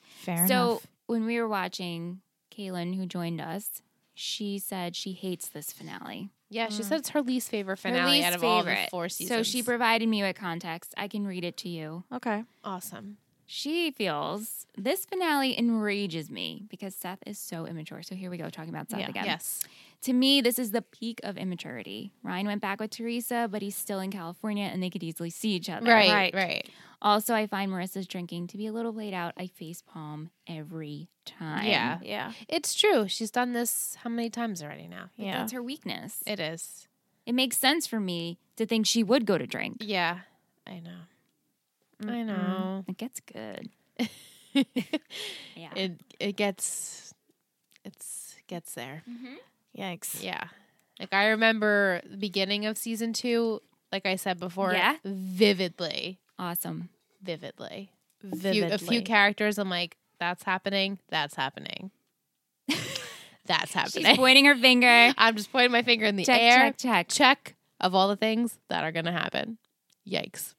Speaker 1: fair
Speaker 4: so
Speaker 1: enough.
Speaker 4: when we were watching, Kaylin, who joined us, she said she hates this finale.
Speaker 5: Yeah, she said it's her least favorite finale
Speaker 4: least
Speaker 5: out of all the
Speaker 4: favorite.
Speaker 5: four seasons.
Speaker 4: So she provided me with context. I can read it to you.
Speaker 1: Okay.
Speaker 5: awesome.
Speaker 4: She feels this finale enrages me because Seth is so immature. So here we go, talking about Seth
Speaker 1: Yeah.
Speaker 4: again.
Speaker 5: Yes.
Speaker 4: To me, this is the peak of immaturity. Ryan went back with Teresa, but he's still in California and they could easily see each other.
Speaker 5: Right,
Speaker 1: Right.
Speaker 5: right.
Speaker 4: Also, I find Marissa's drinking to be a little played out. I face palm every time.
Speaker 5: Yeah.
Speaker 1: Yeah.
Speaker 5: It's true. She's done this how many times already now?
Speaker 1: Yeah.
Speaker 4: That's her weakness.
Speaker 5: It is.
Speaker 4: It makes sense for me to think she would go to drink.
Speaker 5: Yeah, I know. I know.
Speaker 4: It gets good. Yeah.
Speaker 5: It it gets it's gets there.
Speaker 1: Yikes.
Speaker 5: Yeah. Like I remember the beginning of season 2, like I said before,
Speaker 4: Yeah?
Speaker 5: vividly,
Speaker 4: Awesome.
Speaker 5: vividly. Few,
Speaker 1: Vividly.
Speaker 5: a few characters I'm like that's happening, that's happening. that's
Speaker 4: She's
Speaker 5: happening.
Speaker 4: pointing her finger.
Speaker 5: I'm just pointing my finger in the
Speaker 4: Check,
Speaker 5: air.
Speaker 4: check, check.
Speaker 5: check of all the things that are going to happen. Yikes.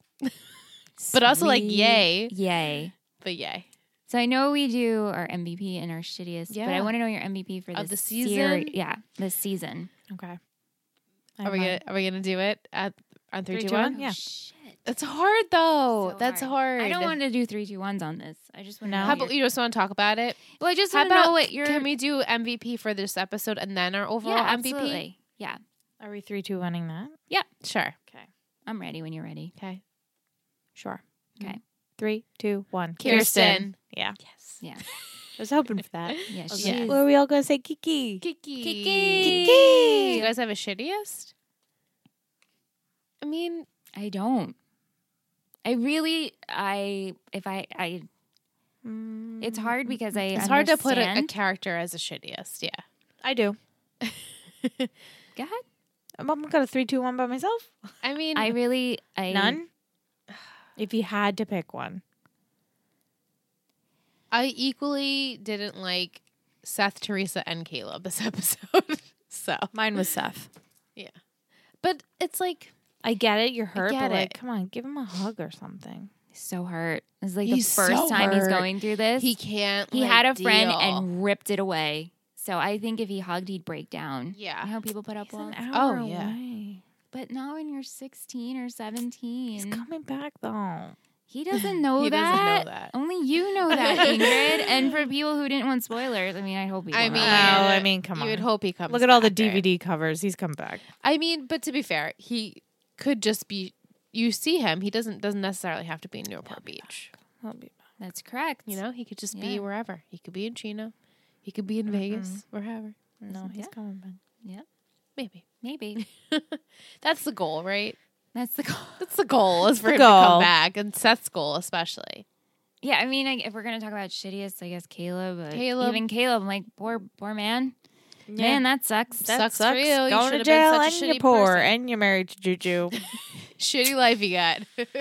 Speaker 5: But also, like,
Speaker 4: Sweet.
Speaker 5: yay.
Speaker 4: Yay.
Speaker 5: But yay.
Speaker 4: So I know we do our MVP and our shittiest, but I
Speaker 5: Yeah.
Speaker 4: want to know your MVP for this
Speaker 5: Of the
Speaker 4: seri-
Speaker 5: season?
Speaker 4: yeah, this season.
Speaker 1: Okay.
Speaker 5: Are we gonna are we gonna do it at on three, two, one?
Speaker 1: Yeah.
Speaker 4: Shit.
Speaker 5: It's hard though.
Speaker 4: So
Speaker 5: That's hard.
Speaker 4: I don't want to do three, two, ones on this. I just want to
Speaker 1: No.
Speaker 4: know.
Speaker 5: How
Speaker 4: your-
Speaker 5: about you just want to talk about it?
Speaker 4: well, I just
Speaker 5: How
Speaker 4: want to know
Speaker 5: about
Speaker 4: what your
Speaker 5: can we do MVP for this episode and then our
Speaker 4: yeah,
Speaker 5: overall MVP?
Speaker 4: absolutely. Yeah,
Speaker 1: Are we three, two, winning that?
Speaker 5: Sure.
Speaker 1: Okay.
Speaker 4: I'm ready when you're ready.
Speaker 5: Okay.
Speaker 1: Sure.
Speaker 4: Okay.
Speaker 1: Three, two, one.
Speaker 5: Kirsten.
Speaker 1: Mm-hmm. Yeah.
Speaker 5: Yes.
Speaker 4: Yeah,
Speaker 1: I was hoping for that.
Speaker 4: yeah.
Speaker 1: I was
Speaker 4: She's
Speaker 1: like, What are we all gonna say? Kiki.
Speaker 5: Kiki.
Speaker 4: Kiki.
Speaker 5: Do you
Speaker 1: Kiki.
Speaker 5: guys have a shittiest? I mean,
Speaker 4: I don't. I really, I if I, I it's hard because I
Speaker 5: Mm, it's hard to put a, a
Speaker 4: understand-
Speaker 5: character as a shittiest. Yeah.
Speaker 1: I do.
Speaker 4: Go ahead.
Speaker 1: I'm I'm gonna three, two, one by myself.
Speaker 5: I mean,
Speaker 4: I really, I
Speaker 1: None. If you had to pick one,
Speaker 5: I equally didn't like Seth, Teresa, and Caleb this episode. so,
Speaker 1: mine was Seth.
Speaker 5: but it's like
Speaker 1: I get it. You're hurt,
Speaker 5: get
Speaker 1: but like,
Speaker 5: it.
Speaker 1: come on, give him a hug or something.
Speaker 4: so hurt. This is like
Speaker 5: He's
Speaker 4: the first
Speaker 5: so
Speaker 4: time he's
Speaker 5: hurt.
Speaker 4: going through this.
Speaker 5: he can't.
Speaker 4: He
Speaker 5: like,
Speaker 4: had a friend
Speaker 5: deal.
Speaker 4: and ripped it away. So I think if he hugged, he'd break down.
Speaker 5: Yeah.
Speaker 4: I hope people put up
Speaker 1: He's
Speaker 4: with.
Speaker 1: an
Speaker 4: it.
Speaker 1: hour
Speaker 5: Oh, yeah.
Speaker 1: away.
Speaker 4: But not when you're 16 or
Speaker 1: He's
Speaker 4: 17.
Speaker 1: coming back though.
Speaker 4: he doesn't know
Speaker 5: He doesn't
Speaker 4: that. Oh,
Speaker 5: know that.
Speaker 4: Only you know that, Ingrid. and for people who didn't want spoilers, I mean, I hope. People
Speaker 5: I
Speaker 4: know
Speaker 5: mean,
Speaker 4: that.
Speaker 1: Oh, Well, I mean, come
Speaker 5: you would
Speaker 1: on.
Speaker 5: hope he comes.
Speaker 1: Look at all the
Speaker 5: back, right?
Speaker 1: DVD covers. He's come back.
Speaker 5: I mean, but to be fair, he could just be. You see him. He doesn't doesn't necessarily have to be in Newport Beach.
Speaker 1: He'll be back.
Speaker 4: that's correct.
Speaker 5: You know, he could just
Speaker 4: Yeah.
Speaker 5: be wherever. He could be in Chino. He could be in Vegas. Wherever.
Speaker 1: No, he's
Speaker 4: Yeah.
Speaker 1: coming back.
Speaker 5: Maybe
Speaker 4: maybe
Speaker 5: that's the goal, right?
Speaker 4: that's the goal.
Speaker 5: That's the goal. Is for
Speaker 1: the
Speaker 5: him to
Speaker 1: goal.
Speaker 5: come back, and Seth's goal especially.
Speaker 4: Yeah, I mean, like, if we're gonna talk about shittiest, I guess Caleb. But
Speaker 5: Caleb.
Speaker 4: even Caleb, I'm like poor, poor man. Man, that sucks.
Speaker 1: That
Speaker 5: sucks
Speaker 1: sucks.
Speaker 5: for you.
Speaker 1: Going
Speaker 5: You
Speaker 1: to
Speaker 5: should've been
Speaker 1: jail
Speaker 5: such a
Speaker 1: and you're
Speaker 5: shitty
Speaker 1: poor
Speaker 5: person.
Speaker 1: and you're married to Juju.
Speaker 5: Shitty life he got.
Speaker 4: I mean, when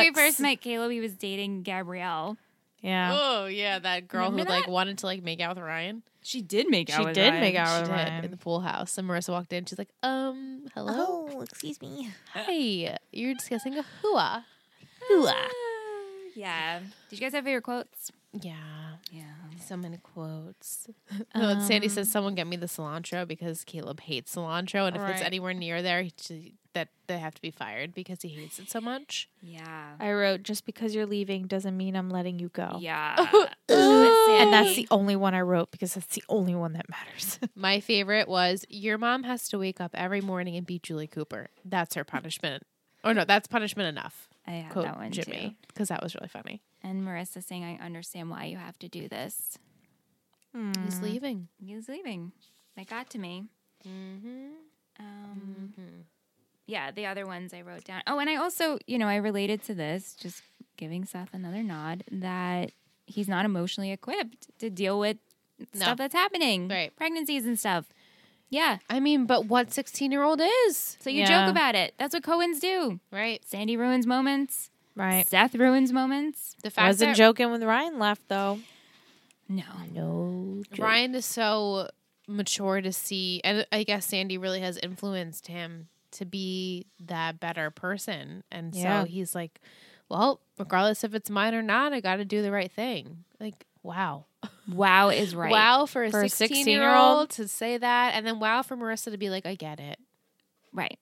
Speaker 4: we
Speaker 1: Sucks.
Speaker 4: first met Caleb, he was dating Gabrielle.
Speaker 1: yeah.
Speaker 5: oh yeah, that girl
Speaker 4: Remember
Speaker 5: who like
Speaker 4: that?
Speaker 5: wanted to like make out with Ryan.
Speaker 4: She did make
Speaker 1: She did make out
Speaker 5: She
Speaker 1: with
Speaker 5: did in the
Speaker 1: Ryan.
Speaker 5: pool house. And Marissa walked in. She's like, um, hello.
Speaker 1: excuse me.
Speaker 5: Hi. You're discussing a hua.
Speaker 4: Yeah. Did you guys have favorite quotes?
Speaker 5: Yeah.
Speaker 4: Yeah.
Speaker 5: So many quotes. No, and Sandy says, someone get me the cilantro because Caleb hates cilantro. And if it's
Speaker 1: Right.
Speaker 5: anywhere near there, he- she- that they have to be fired because he hates it so much.
Speaker 4: Yeah.
Speaker 1: I wrote, just because you're leaving doesn't mean I'm letting you go.
Speaker 4: Yeah.
Speaker 1: And that's the only one I wrote because that's the only one that matters.
Speaker 5: My favorite was, your mom has to wake up every morning and beat Julie Cooper. That's her punishment. or no, that's punishment enough.
Speaker 4: I had
Speaker 5: Quote
Speaker 4: that one
Speaker 5: Jimmy. Because that was really funny.
Speaker 4: too. And Marissa saying, "I understand why you have to do this."
Speaker 5: He's leaving.
Speaker 4: He's leaving. That got to me.
Speaker 5: Mm-hmm.
Speaker 4: Um, Yeah, the other ones I wrote down. Oh, and I also, you know, I related to this, just giving Seth another nod that he's not emotionally equipped to deal with
Speaker 5: No.
Speaker 4: stuff that's happening,
Speaker 5: Right.
Speaker 4: Pregnancies and stuff. Yeah.
Speaker 5: I mean, but what 16 year old is?
Speaker 4: So you
Speaker 1: Yeah.
Speaker 4: joke about it. That's what Cohens do.
Speaker 5: Right.
Speaker 4: Sandy ruins moments.
Speaker 1: Right.
Speaker 4: Seth ruins moments.
Speaker 5: The fact
Speaker 1: Wasn't
Speaker 5: that
Speaker 1: joking when Ryan left though.
Speaker 4: No.
Speaker 1: No.
Speaker 5: Ryan is so mature to see, and I guess Sandy really has influenced him to be that better person. And
Speaker 1: Yeah.
Speaker 5: so he's like, well, regardless if it's mine or not, I got to do the right thing. Like, wow.
Speaker 4: Wow is right.
Speaker 5: Wow for a
Speaker 1: For a
Speaker 5: 16 year
Speaker 1: 16-year-old?
Speaker 5: old to say that. And then wow for Marissa to be like, I get it.
Speaker 4: Right.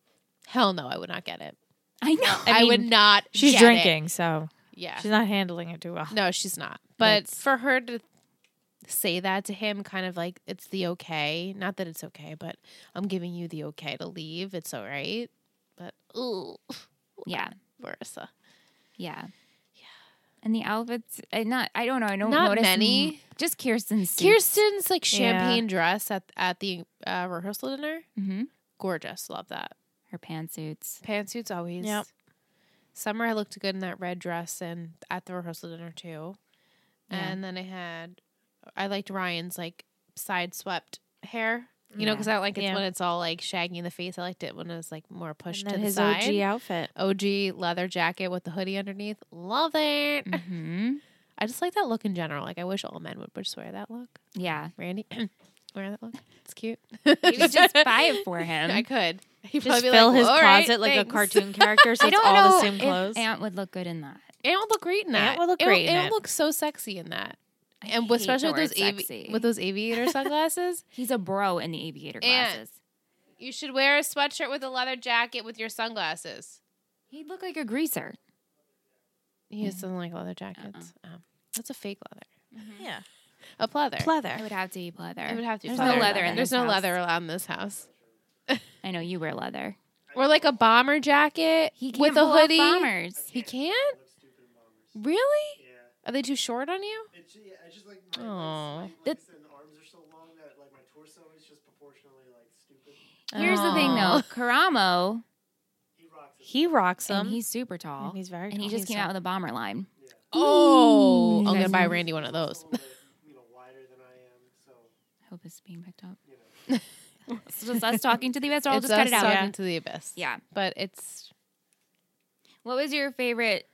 Speaker 5: Hell no, I would not get it.
Speaker 4: I know.
Speaker 5: I,
Speaker 4: mean,
Speaker 5: would not.
Speaker 1: She's
Speaker 5: get it.
Speaker 1: drinking, so
Speaker 5: Yeah.
Speaker 1: she's not handling it too well.
Speaker 5: No, she's not. But
Speaker 1: That's-
Speaker 5: for her to say that to him, kind of like it's the okay. Not that it's okay, but I'm giving you the okay to leave. It's all right. But ooh,
Speaker 4: Yeah.
Speaker 5: Marissa,
Speaker 4: Yeah. Yeah. And the outfits, uh, not, I don't know. I don't
Speaker 5: Not
Speaker 4: notice
Speaker 5: many.
Speaker 4: m- Just Kirsten's.
Speaker 5: Kirsten's like
Speaker 1: Yeah.
Speaker 5: champagne dress at at the uh, rehearsal dinner.
Speaker 4: hmm
Speaker 5: Gorgeous, love that
Speaker 4: Her pantsuits.
Speaker 5: pantsuits always.
Speaker 1: Yep.
Speaker 5: Summer, I looked good in that red dress and at the rehearsal dinner too.
Speaker 4: Yeah.
Speaker 5: And then I had, I liked Ryan's like side swept hair. You know,
Speaker 1: Yeah.
Speaker 5: because I like it
Speaker 1: Yeah.
Speaker 5: when it's all like shaggy in the face. I liked it when it was like more pushed
Speaker 1: And then
Speaker 5: to the
Speaker 1: his
Speaker 5: side.
Speaker 1: OG outfit.
Speaker 5: OG leather jacket with the hoodie underneath. Love it.
Speaker 4: hmm
Speaker 5: I just like that look in general. Like I wish all men would just wear that look.
Speaker 4: Yeah.
Speaker 5: Randy, wear that look. It's cute.
Speaker 4: You could just buy it for him.
Speaker 5: I could. He'd
Speaker 1: Just
Speaker 5: probably be
Speaker 1: fill
Speaker 5: like,
Speaker 1: his
Speaker 5: "All
Speaker 1: closet
Speaker 5: right,
Speaker 1: like a
Speaker 5: thanks."
Speaker 1: cartoon character, so
Speaker 4: I
Speaker 1: it's
Speaker 4: don't
Speaker 1: all
Speaker 4: know
Speaker 1: the same
Speaker 4: if
Speaker 1: clothes.
Speaker 4: Aunt would look good in that.
Speaker 5: It would look great in that.
Speaker 1: It would look great in
Speaker 5: It would
Speaker 1: it.
Speaker 5: look so sexy in that.
Speaker 4: I
Speaker 5: and with,
Speaker 4: hate the
Speaker 5: especially with
Speaker 4: word
Speaker 5: those
Speaker 4: sexy.
Speaker 5: avi- with those aviator sunglasses,
Speaker 4: He's a bro in the aviator
Speaker 5: Aunt.
Speaker 4: glasses.
Speaker 5: you should wear a sweatshirt with a leather jacket with your sunglasses.
Speaker 4: He'd look like a greaser.
Speaker 5: He just doesn't like leather jackets.
Speaker 4: Uh-uh.
Speaker 5: Oh. that's a fake leather.
Speaker 1: yeah.
Speaker 5: A pleather.
Speaker 1: Pleather.
Speaker 4: It would have to be leather.
Speaker 5: It would have to. be
Speaker 4: There's
Speaker 5: pleather.
Speaker 4: no leather in
Speaker 5: There's
Speaker 4: this
Speaker 5: no
Speaker 4: house.
Speaker 5: leather on this house.
Speaker 4: I know you wear leather.
Speaker 5: Or like a bomber jacket
Speaker 4: He can't
Speaker 5: with a
Speaker 4: pull off
Speaker 5: hoodie.
Speaker 4: bombers.
Speaker 5: He can't. Really? Are they too short on you?
Speaker 6: It's, yeah, it's just like
Speaker 5: Aw.
Speaker 6: my legs, my
Speaker 4: That-
Speaker 6: legs and arms are so long that like my torso is just proportionally like stupid.
Speaker 4: Here's the thing,
Speaker 5: Aw.
Speaker 4: though. Karamo,
Speaker 6: He rocks it.
Speaker 1: He rocks them.
Speaker 4: and he's super tall,
Speaker 1: And he's very
Speaker 4: and he
Speaker 1: tall.
Speaker 4: just
Speaker 1: He's
Speaker 4: came
Speaker 1: tall.
Speaker 4: out with a bomber line.
Speaker 5: Oh, I'm
Speaker 4: Nice.
Speaker 5: gonna buy Randy one of those.
Speaker 6: a little bit, you know, wider than I am. So
Speaker 4: I hope it's being picked up. it's just us talking to the abyss, or I'll
Speaker 5: it's
Speaker 4: just cut
Speaker 5: us
Speaker 4: it out.
Speaker 5: talking
Speaker 4: Yeah.
Speaker 5: to the abyss.
Speaker 4: Yeah.
Speaker 5: but it's
Speaker 4: What was your favorite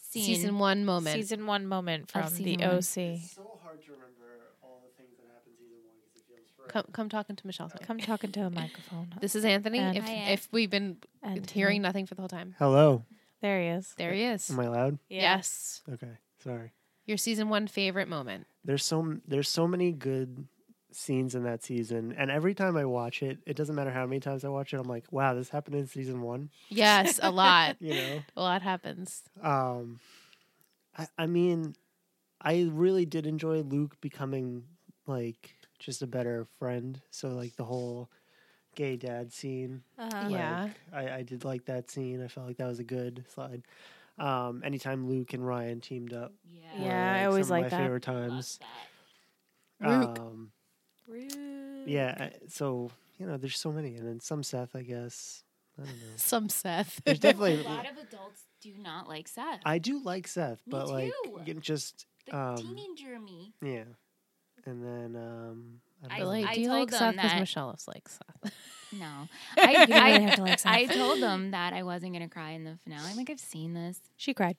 Speaker 4: scene?
Speaker 5: season one moment.
Speaker 1: season one moment from the
Speaker 4: season one.
Speaker 1: OC.
Speaker 6: it's so hard to remember all the things that happened season one because it feels forever.
Speaker 5: Come, come talking to Michelle.
Speaker 1: Come talking to a microphone.
Speaker 5: This is Anthony.
Speaker 1: And-
Speaker 5: if
Speaker 4: Hi, Ant.
Speaker 5: if we've been
Speaker 1: And
Speaker 5: hearing nothing for the whole time,
Speaker 6: Hello.
Speaker 1: there he is.
Speaker 5: there he is.
Speaker 6: Am I loud?
Speaker 5: Yes,
Speaker 6: Okay. Sorry.
Speaker 5: your season one favorite moment.
Speaker 6: There's so m- there's so many good scenes in that season, and every time I watch it, it doesn't matter how many times I watch it, I'm like, wow, this happened in season one.
Speaker 5: Yes, a lot.
Speaker 6: You know.
Speaker 5: a lot happens.
Speaker 6: Um, I, I mean, I really did enjoy Luke becoming like just a better friend. So like the whole gay dad scene.
Speaker 1: Uh-huh.
Speaker 5: Yeah.
Speaker 6: Like, I, I did like that scene. I felt like that was a good slide. Um, anytime Luke and Ryan teamed up, were,
Speaker 4: Yeah.
Speaker 1: Yeah, I
Speaker 6: like,
Speaker 1: always
Speaker 6: some of
Speaker 1: like
Speaker 6: my
Speaker 1: that.
Speaker 6: favorite times.
Speaker 5: Luke.
Speaker 6: Um, yeah, I- so you know, there's so many, and then some Seth, I guess. I don't know.
Speaker 5: Some Seth.
Speaker 6: There's definitely.
Speaker 4: of adults do not like Seth.
Speaker 6: I do like Seth,
Speaker 4: Me
Speaker 6: but like
Speaker 4: too.
Speaker 6: g- just um,
Speaker 4: teenager me.
Speaker 6: Yeah. And then um I
Speaker 4: I-
Speaker 6: don't know.
Speaker 5: like, do you
Speaker 4: told
Speaker 5: like
Speaker 4: them
Speaker 5: Seth?
Speaker 4: that-
Speaker 5: Michelle is like Seth.
Speaker 4: No,
Speaker 1: You don't really
Speaker 4: I,
Speaker 1: have to like
Speaker 4: I, I
Speaker 1: something.
Speaker 4: told them that I wasn't gonna cry in the finale. I'm like, I've seen this.
Speaker 1: She cried.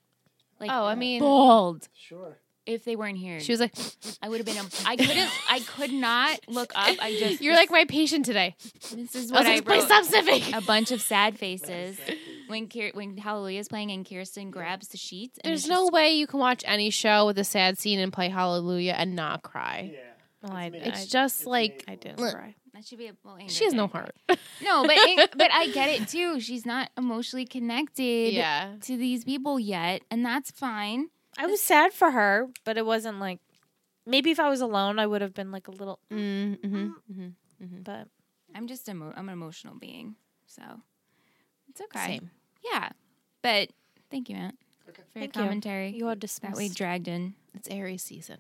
Speaker 4: Like,
Speaker 5: Oh, I mean-
Speaker 4: bald.
Speaker 6: sure.
Speaker 4: If they weren't here,
Speaker 5: She was like,
Speaker 4: I would have been. A, I couldn't. I could not look up. I just.
Speaker 5: "You're like my patient today."
Speaker 4: This is
Speaker 5: I was
Speaker 4: what I,
Speaker 5: like, "Please
Speaker 4: wrote.
Speaker 5: stop sipping."
Speaker 4: a bunch of sad faces when Kier- when Hallelujah's playing and Kirsten grabs the sheets. And
Speaker 5: There's
Speaker 4: it's
Speaker 5: no
Speaker 4: just-
Speaker 5: way you can watch any show with a sad scene and play Hallelujah and not cry.
Speaker 1: Well, I,
Speaker 6: amazing.
Speaker 5: It's
Speaker 1: I,
Speaker 5: just
Speaker 6: it's
Speaker 5: like
Speaker 1: I didn't
Speaker 5: Look.
Speaker 1: cry.
Speaker 4: that should be a well, Ingrid
Speaker 5: she has no
Speaker 4: did.
Speaker 5: heart.
Speaker 4: No, but it, but I get it too. She's not emotionally connected
Speaker 5: Yeah,
Speaker 4: to these people yet, and that's fine.
Speaker 1: I was sad for her, but it wasn't like. Maybe if I was alone, I would have been like a little.
Speaker 5: mm-hmm.
Speaker 1: But
Speaker 4: I'm just emo- I'm an emotional being, so it's okay.
Speaker 5: same.
Speaker 4: Yeah, but thank you, Aunt, for your
Speaker 1: Thank you.
Speaker 4: commentary
Speaker 1: you are
Speaker 4: that
Speaker 1: dismissed.
Speaker 4: we dragged in.
Speaker 5: It's Aries season.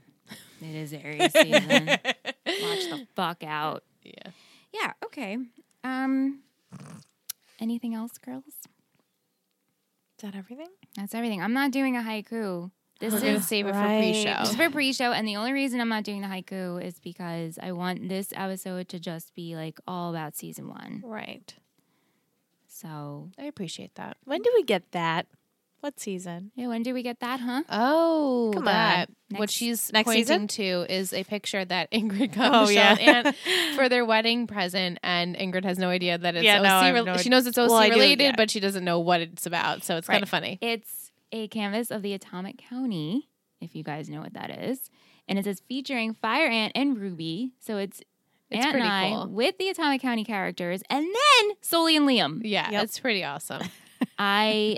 Speaker 4: It is Aries season. Watch the fuck out.
Speaker 5: Yeah.
Speaker 4: Yeah. Okay. Um. Anything else, girls?
Speaker 1: Is that everything?
Speaker 4: That's everything. I'm not doing a haiku. This
Speaker 5: We're gonna
Speaker 4: is
Speaker 5: save it
Speaker 1: Right.
Speaker 5: for
Speaker 4: It's
Speaker 5: pre-show.
Speaker 4: for pre-show, and the only reason I'm not doing the haiku is because I want this episode to just be like all about season one.
Speaker 1: Right.
Speaker 4: So,
Speaker 5: I appreciate that.
Speaker 1: When do we get that? What season?
Speaker 4: yeah, when do we get that, huh?
Speaker 5: Oh,
Speaker 1: Come
Speaker 5: that.
Speaker 4: on.
Speaker 5: what
Speaker 4: Next-
Speaker 5: she's
Speaker 1: next
Speaker 5: pointing to is a picture that Ingrid got
Speaker 1: Oh,
Speaker 5: Michelle
Speaker 1: yeah.
Speaker 5: and Ann for their wedding present, and Ingrid has no idea that it's
Speaker 1: Yeah,
Speaker 5: OC.
Speaker 1: no, I have
Speaker 5: rel-
Speaker 1: no
Speaker 5: she
Speaker 1: idea.
Speaker 5: knows it's OC
Speaker 1: Well, I do,
Speaker 5: related,
Speaker 1: yeah.
Speaker 5: but she doesn't know what it's about. So it's
Speaker 4: Right.
Speaker 5: kind of funny.
Speaker 4: It's a canvas of the Atomic County, if you guys know what that is, and it says featuring Fire Ant and Ruby. So it's,
Speaker 5: It's
Speaker 4: Ant
Speaker 5: pretty
Speaker 4: and I
Speaker 5: cool.
Speaker 4: with the Atomic County characters, and then Sully and Liam.
Speaker 5: Yeah,
Speaker 1: Yep.
Speaker 5: it's pretty awesome.
Speaker 4: I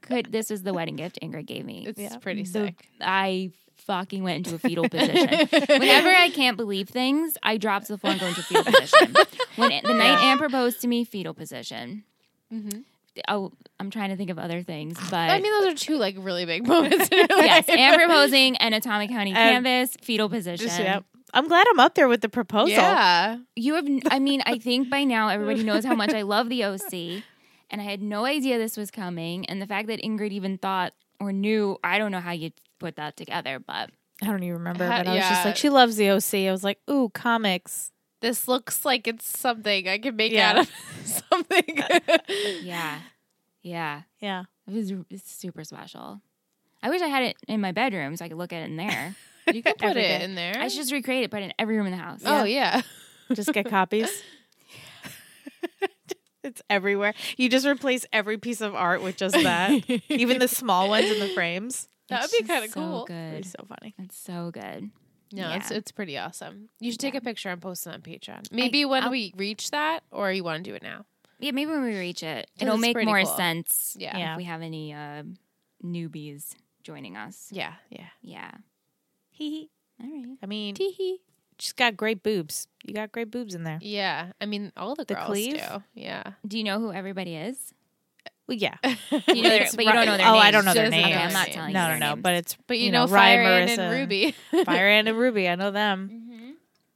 Speaker 4: could. This was the wedding gift Ingrid gave me.
Speaker 5: It's
Speaker 1: Yeah.
Speaker 5: pretty
Speaker 4: The-
Speaker 5: sick.
Speaker 4: I fucking went into a fetal position. Whenever I can't believe things, I drop to the floor and go into fetal position. When the night Anne proposed to me, fetal position.
Speaker 1: Mm-hmm.
Speaker 5: Mhm.
Speaker 4: Oh, I'm trying to think of other things, but
Speaker 5: I mean, those are two like really big moments. in her
Speaker 4: yes,
Speaker 5: life.
Speaker 4: Anne proposing and Atomic County
Speaker 1: And-
Speaker 4: canvas, fetal position.
Speaker 1: Just, yep. I'm glad I'm up there with the proposal.
Speaker 5: Yeah.
Speaker 4: You have, I mean, I think by now everybody knows how much I love the OC, and I had no idea this was coming, and the fact that Ingrid even thought or knew, I don't know how you put that together, but
Speaker 1: I don't even remember,
Speaker 5: Ha-
Speaker 1: but I was
Speaker 5: yeah.
Speaker 1: just like, she loves the OC. I was like, ooh, comics.
Speaker 5: This looks like it's something I can make
Speaker 1: Yeah.
Speaker 5: out of something.
Speaker 4: yeah, yeah.
Speaker 1: Yeah.
Speaker 4: It was it's super special. I wish I had it in my bedroom so I could look at it in there.
Speaker 5: you can put
Speaker 4: Every
Speaker 5: it
Speaker 4: day.
Speaker 5: in there.
Speaker 4: I should just recreate it, but in every room in the house.
Speaker 5: Oh yeah.
Speaker 1: Just get copies. it's everywhere. You just replace every piece of art with just that, even the small ones in the frames.
Speaker 5: That
Speaker 4: It's
Speaker 5: would be
Speaker 4: just
Speaker 5: kind of
Speaker 4: so
Speaker 5: cool.
Speaker 1: It'd
Speaker 4: Good.
Speaker 1: be so funny.
Speaker 4: It's so good.
Speaker 5: No, it's
Speaker 4: Yeah.
Speaker 5: it's pretty awesome. You should take a picture and post it on Patreon. Maybe
Speaker 4: Maybe
Speaker 5: when
Speaker 4: when I'll-
Speaker 5: we reach that, or you want to do it now?
Speaker 4: Yeah, maybe when we reach it, it'll
Speaker 5: it's
Speaker 4: make
Speaker 5: pretty
Speaker 4: more
Speaker 5: cool.
Speaker 4: sense.
Speaker 5: Yeah.
Speaker 1: Yeah.
Speaker 4: if we have any uh, newbies joining us.
Speaker 5: Yeah, yeah.
Speaker 4: Yeah.
Speaker 1: Hee
Speaker 4: All right.
Speaker 1: I mean,
Speaker 5: Teehee.
Speaker 1: she's got great boobs. You got great boobs in there.
Speaker 5: Yeah, I mean all the,
Speaker 1: The
Speaker 5: girls
Speaker 1: cleave?
Speaker 5: do. Yeah,
Speaker 4: Do you know who everybody is?
Speaker 1: Well, yeah.
Speaker 4: Do you know their,
Speaker 1: It's
Speaker 4: but you don't
Speaker 1: Ri-
Speaker 4: know their
Speaker 1: oh,
Speaker 4: names.
Speaker 1: I don't know
Speaker 5: She
Speaker 1: their
Speaker 5: doesn't know
Speaker 1: names.
Speaker 5: their
Speaker 4: I'm not
Speaker 5: names.
Speaker 4: telling
Speaker 1: no,
Speaker 4: you.
Speaker 1: no,
Speaker 4: their
Speaker 1: no.
Speaker 4: names.
Speaker 1: But it's
Speaker 5: but you,
Speaker 1: you
Speaker 5: know,
Speaker 1: know,
Speaker 5: Fire
Speaker 1: Ryan
Speaker 5: Ant and
Speaker 1: Marissa.
Speaker 5: Ruby,
Speaker 1: Fire Ant and Ruby. I know them.
Speaker 5: Mm-hmm.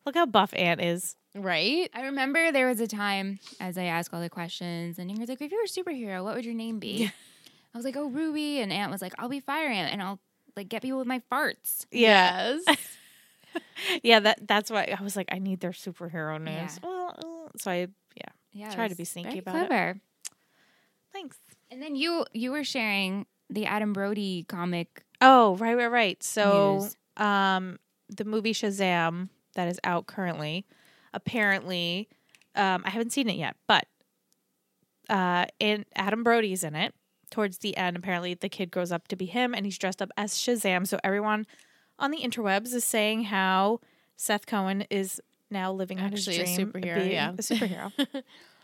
Speaker 1: Look how buff Ant is.
Speaker 5: right?
Speaker 4: I remember there was a time as I asked all the questions, and Ingrid's like, "If you were a superhero, what would your name be?" I was like, "Oh, Ruby," and Aunt was like, "I'll be Fire Ant, and I'll like get people with my farts."
Speaker 1: Yeah,
Speaker 5: Yes.
Speaker 1: yeah. That that's why I was like, I need their superhero names.
Speaker 4: Yeah.
Speaker 1: Well, uh, so I yeah.
Speaker 4: Yeah,
Speaker 1: Try to
Speaker 4: was
Speaker 1: be sneaky
Speaker 4: very
Speaker 1: about it.
Speaker 4: clever.
Speaker 1: Thanks.
Speaker 4: And then you you were sharing the Adam Brody comic.
Speaker 1: Oh, right, right, right. So,
Speaker 4: News.
Speaker 1: um, the movie Shazam that is out currently, apparently, um, I haven't seen it yet, but uh, and Adam Brody's in it. Towards the end, apparently, the kid grows up to be him, and he's dressed up as Shazam. So everyone on the interwebs is saying how Seth Cohen is now living out his
Speaker 5: Actually a
Speaker 1: dream of
Speaker 5: superhero,
Speaker 1: being
Speaker 5: yeah.
Speaker 1: a superhero.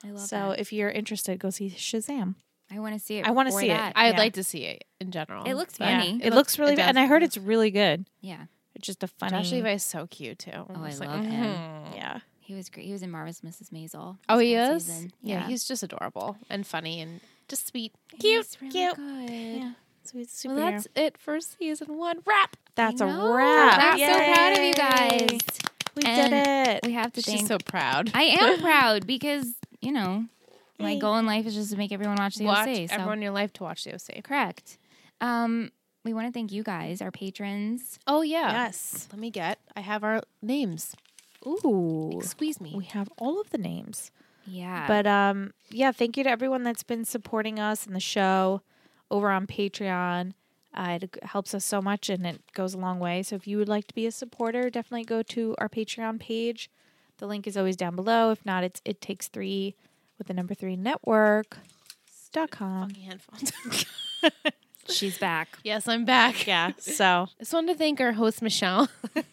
Speaker 4: I love
Speaker 1: so
Speaker 4: that.
Speaker 1: if you're interested, go see Shazam.
Speaker 4: I want to see it.
Speaker 1: I wanna
Speaker 4: for
Speaker 1: see it.
Speaker 4: that.
Speaker 5: I'd
Speaker 1: Yeah.
Speaker 5: like to see it in general.
Speaker 4: It looks
Speaker 5: but-
Speaker 4: funny.
Speaker 1: Yeah,
Speaker 4: It
Speaker 1: it, looks really,
Speaker 5: it
Speaker 1: good,
Speaker 5: does.
Speaker 1: and I heard it's really good.
Speaker 4: yeah,
Speaker 1: It's just a funny.
Speaker 5: Josh Levi's so cute too. I'm
Speaker 4: Oh, I
Speaker 5: just
Speaker 4: love him.
Speaker 5: mhm.
Speaker 1: yeah.
Speaker 4: he was great. He was in Marvelous Mrs. Maisel.
Speaker 5: Oh,
Speaker 4: this
Speaker 5: he
Speaker 4: whole
Speaker 5: is.
Speaker 4: season.
Speaker 5: Yeah.
Speaker 4: Yeah,
Speaker 5: he's just adorable and funny and just sweet.
Speaker 4: He's really
Speaker 1: cute.
Speaker 4: good.
Speaker 1: Yeah. Sweet
Speaker 5: Well,
Speaker 1: superhero.
Speaker 5: that's it for season one. Wrap.
Speaker 1: that's
Speaker 4: I
Speaker 1: a
Speaker 4: know.
Speaker 1: wrap.
Speaker 4: I'm so proud of you
Speaker 1: Yay.
Speaker 4: guys.
Speaker 1: We
Speaker 4: And
Speaker 1: did it.
Speaker 4: We have to
Speaker 5: She's
Speaker 4: thank.
Speaker 5: so proud.
Speaker 4: I am proud because you know my goal in life is just to make everyone watch the
Speaker 5: Watch
Speaker 4: OC. So
Speaker 5: everyone in your life to watch the OC.
Speaker 4: correct. Um, we want to thank you guys, our patrons.
Speaker 5: Oh yeah.
Speaker 1: Yes.
Speaker 5: Let me get. I have our names.
Speaker 1: Ooh.
Speaker 5: Squeeze
Speaker 1: We
Speaker 5: me.
Speaker 1: have all of the names.
Speaker 4: Yeah,
Speaker 1: But um yeah, thank you to everyone that's been supporting us and the show over on Patreon. Uh, it helps us so much and it goes a long way. So if you would like to be a supporter, definitely go to our Patreon page. The link is always down below. If not, it's it takes three with the number three network dot com.
Speaker 5: Handphones.
Speaker 4: she's back.
Speaker 5: yes, I'm back.
Speaker 1: Yeah. So
Speaker 5: I just wanted to thank our host Michelle.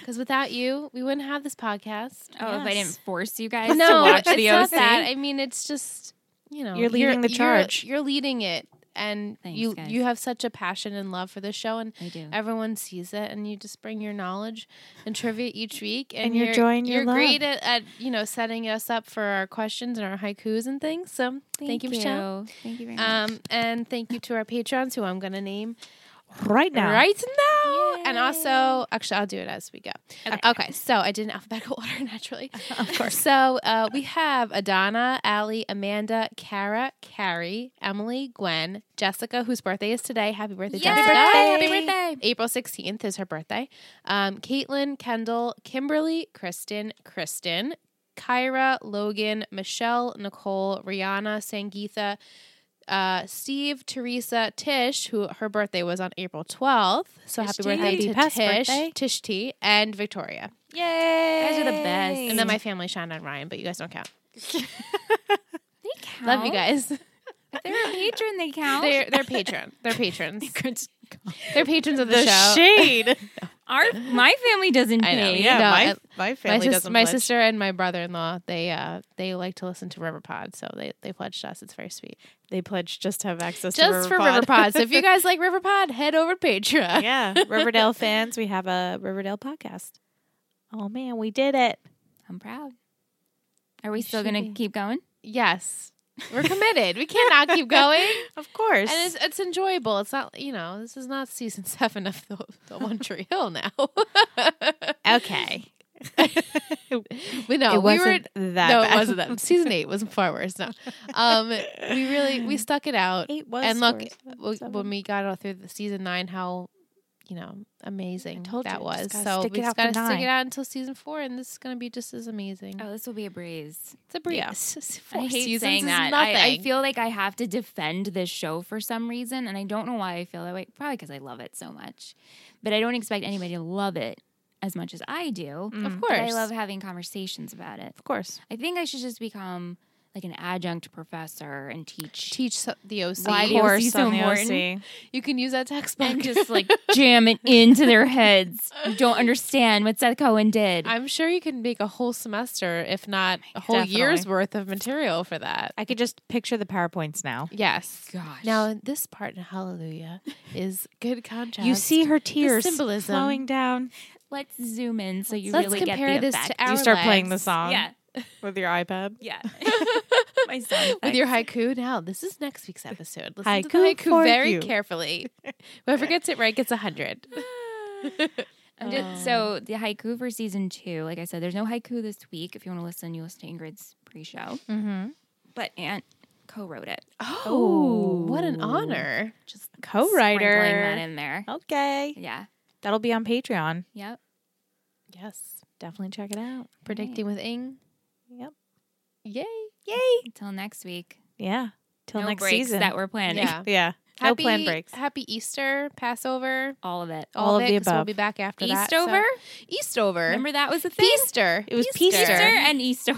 Speaker 5: Because without you, we wouldn't have this podcast.
Speaker 4: Oh, if I didn't
Speaker 1: Yes.
Speaker 4: force you guys
Speaker 5: No,
Speaker 4: to watch
Speaker 5: it's
Speaker 4: the
Speaker 5: not
Speaker 4: OC.
Speaker 5: that. I mean, it's just you know
Speaker 1: You're leading the charge.
Speaker 5: You're, leading it, and
Speaker 4: Thanks,
Speaker 5: you
Speaker 4: guys.
Speaker 5: you have such a passion and love for this show, and
Speaker 4: I do.
Speaker 5: everyone sees it and you just bring your knowledge and trivia each week and,
Speaker 1: And your joy and your
Speaker 5: you're
Speaker 1: love.
Speaker 5: great at, at you know setting us up for our questions and our haikus and things so thank, you, michelle
Speaker 4: Thank you very much.
Speaker 5: um, and thank you to our patrons who i'm going to name
Speaker 1: right now.
Speaker 5: right now and also actually I'll do it as we go.
Speaker 4: Okay.
Speaker 5: Okay, so I did in alphabetical order naturally. of course. So uh, we have Adana, Allie, Amanda, Kara, Carrie, Emily, Gwen, Jessica, whose birthday is today. Happy birthday, Jessica.
Speaker 4: Happy birthday.
Speaker 5: April 16th is her birthday. Um, Caitlin, Kendall, Kimberly, Kristen, Kristen, Kyra, Logan, Michelle, Nicole, Rihanna, Sangeetha, uh, Steve, Teresa, Tish, who her birthday was on April 12th. So
Speaker 4: T.
Speaker 5: happy birthday
Speaker 1: Happy
Speaker 5: to
Speaker 1: past
Speaker 5: Tish,
Speaker 1: birthday.
Speaker 5: Tish T, and Victoria.
Speaker 1: Yay!
Speaker 4: You guys are the best.
Speaker 5: And then my family, Shonda and Ryan, but you guys don't count.
Speaker 4: They count.
Speaker 5: Love you guys.
Speaker 4: If they're a patron, they count.
Speaker 5: They're they're patron. They're patrons.
Speaker 4: Good.
Speaker 5: They're patrons of the,
Speaker 1: the
Speaker 5: show.
Speaker 1: shade.
Speaker 4: Our my family doesn't
Speaker 5: I know,
Speaker 4: pay.
Speaker 5: yeah. No, I-
Speaker 1: my
Speaker 5: my, sis- my sister and my brother-in-law they uh they like to listen to river pod so they they pledged us it's very sweet
Speaker 1: They pledged just to have access to
Speaker 5: just for river pod so if you guys like river pod head over to patreon
Speaker 1: yeah, Riverdale fans, we have a Riverdale podcast. Oh man, we did it.
Speaker 4: I'm proud. Are we still gonna keep going?
Speaker 5: yes we're committed we cannot keep going
Speaker 1: Of course.
Speaker 5: and it's, it's enjoyable it's not you know this is not season seven of the, the one tree hill now
Speaker 1: okay.
Speaker 5: we know
Speaker 1: it
Speaker 5: we were
Speaker 1: wasn't that
Speaker 5: no
Speaker 1: bad.
Speaker 5: it wasn't that season eight was far worse no um we really we stuck it out
Speaker 1: Eight was
Speaker 5: and look
Speaker 1: worse.
Speaker 5: w-
Speaker 1: Seven.
Speaker 5: when we got all through the season nine how you know amazing
Speaker 1: told
Speaker 5: that
Speaker 1: you,
Speaker 5: was
Speaker 1: just gotta
Speaker 5: so
Speaker 1: stick
Speaker 5: we
Speaker 1: it out
Speaker 5: just
Speaker 1: for
Speaker 5: gotta stick
Speaker 1: nine.
Speaker 5: it out until season four and this is gonna be just as amazing
Speaker 4: Oh, this will be a breeze.
Speaker 5: it's a breeze
Speaker 1: yeah.
Speaker 5: four
Speaker 4: I hate
Speaker 5: seasons
Speaker 4: saying
Speaker 5: is
Speaker 4: that.
Speaker 5: nothing.
Speaker 4: I, I feel like I have to defend this show for some reason, and I don't know why I feel that way. Probably because I love it so much, but I don't expect anybody to love it as much as I do.
Speaker 1: Mm.
Speaker 5: of
Speaker 4: But
Speaker 5: course
Speaker 4: I love having conversations about it.
Speaker 1: Of course.
Speaker 4: I think I should just become like an adjunct professor and teach
Speaker 5: teach so- the oc
Speaker 4: Why
Speaker 1: Of
Speaker 4: the OC
Speaker 1: course
Speaker 4: so
Speaker 1: on the
Speaker 4: Morton.
Speaker 1: OC.
Speaker 5: you can use that textbook
Speaker 4: and just like jam it into their heads. You don't understand what Seth Cohen did.
Speaker 5: i'm sure you can make a whole semester if not a whole
Speaker 1: Definitely.
Speaker 5: year's worth of material for that
Speaker 1: I could just picture the PowerPoints now.
Speaker 5: yes
Speaker 4: Gosh.
Speaker 5: now this part in hallelujah is good contrast
Speaker 1: You see her tears
Speaker 5: symbolism.
Speaker 1: flowing down.
Speaker 4: Let's zoom in so you
Speaker 5: Let's
Speaker 4: really get
Speaker 5: compare
Speaker 4: the
Speaker 5: this
Speaker 4: effect.
Speaker 5: to our
Speaker 1: you start playing the
Speaker 5: lives.
Speaker 1: song
Speaker 4: yeah,
Speaker 1: with your iPad.
Speaker 4: yeah. My son
Speaker 5: with your haiku. Now, this is next week's episode. Listen to the
Speaker 1: Haiku
Speaker 5: haiku
Speaker 1: for
Speaker 5: very
Speaker 1: you.
Speaker 5: carefully. Whoever gets it right gets a hundred.
Speaker 4: I'm just, so the haiku for season two, like I said, there's no haiku this week. If you want to listen, you listen to Ingrid's pre-show. Mm-hmm. But Aunt co-wrote it.
Speaker 1: Oh,
Speaker 5: What an honor!
Speaker 4: Just sprinkling that
Speaker 1: co-writer.
Speaker 4: in there.
Speaker 1: Okay,
Speaker 4: Yeah.
Speaker 1: that'll be on Patreon.
Speaker 4: Yep.
Speaker 5: Yes,
Speaker 1: Definitely check it out.
Speaker 5: predicting with Ing.
Speaker 1: Yep.
Speaker 5: Yay!
Speaker 4: Until next week.
Speaker 1: Yeah. Till
Speaker 4: no
Speaker 1: next
Speaker 4: breaks
Speaker 1: season.
Speaker 4: that we're planning.
Speaker 5: Yeah.
Speaker 1: yeah. no
Speaker 5: Happy,
Speaker 1: plan breaks.
Speaker 5: Happy Easter, Passover,
Speaker 4: All of it.
Speaker 1: All
Speaker 5: it,
Speaker 1: of the
Speaker 5: 'cause We'll
Speaker 1: above.
Speaker 5: be back after that.
Speaker 4: Eastover?
Speaker 5: So. Eastover.
Speaker 4: Remember that was the thing?
Speaker 5: Peaster.
Speaker 1: It was
Speaker 4: Easter
Speaker 1: Peaster.
Speaker 4: and Easter.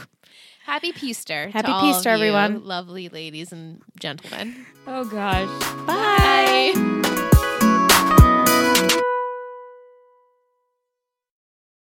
Speaker 5: Happy Peaster.
Speaker 1: Happy
Speaker 5: to all of
Speaker 1: Peaster,
Speaker 5: you
Speaker 1: everyone.
Speaker 5: Lovely ladies and gentlemen.
Speaker 4: Oh gosh.
Speaker 5: Bye.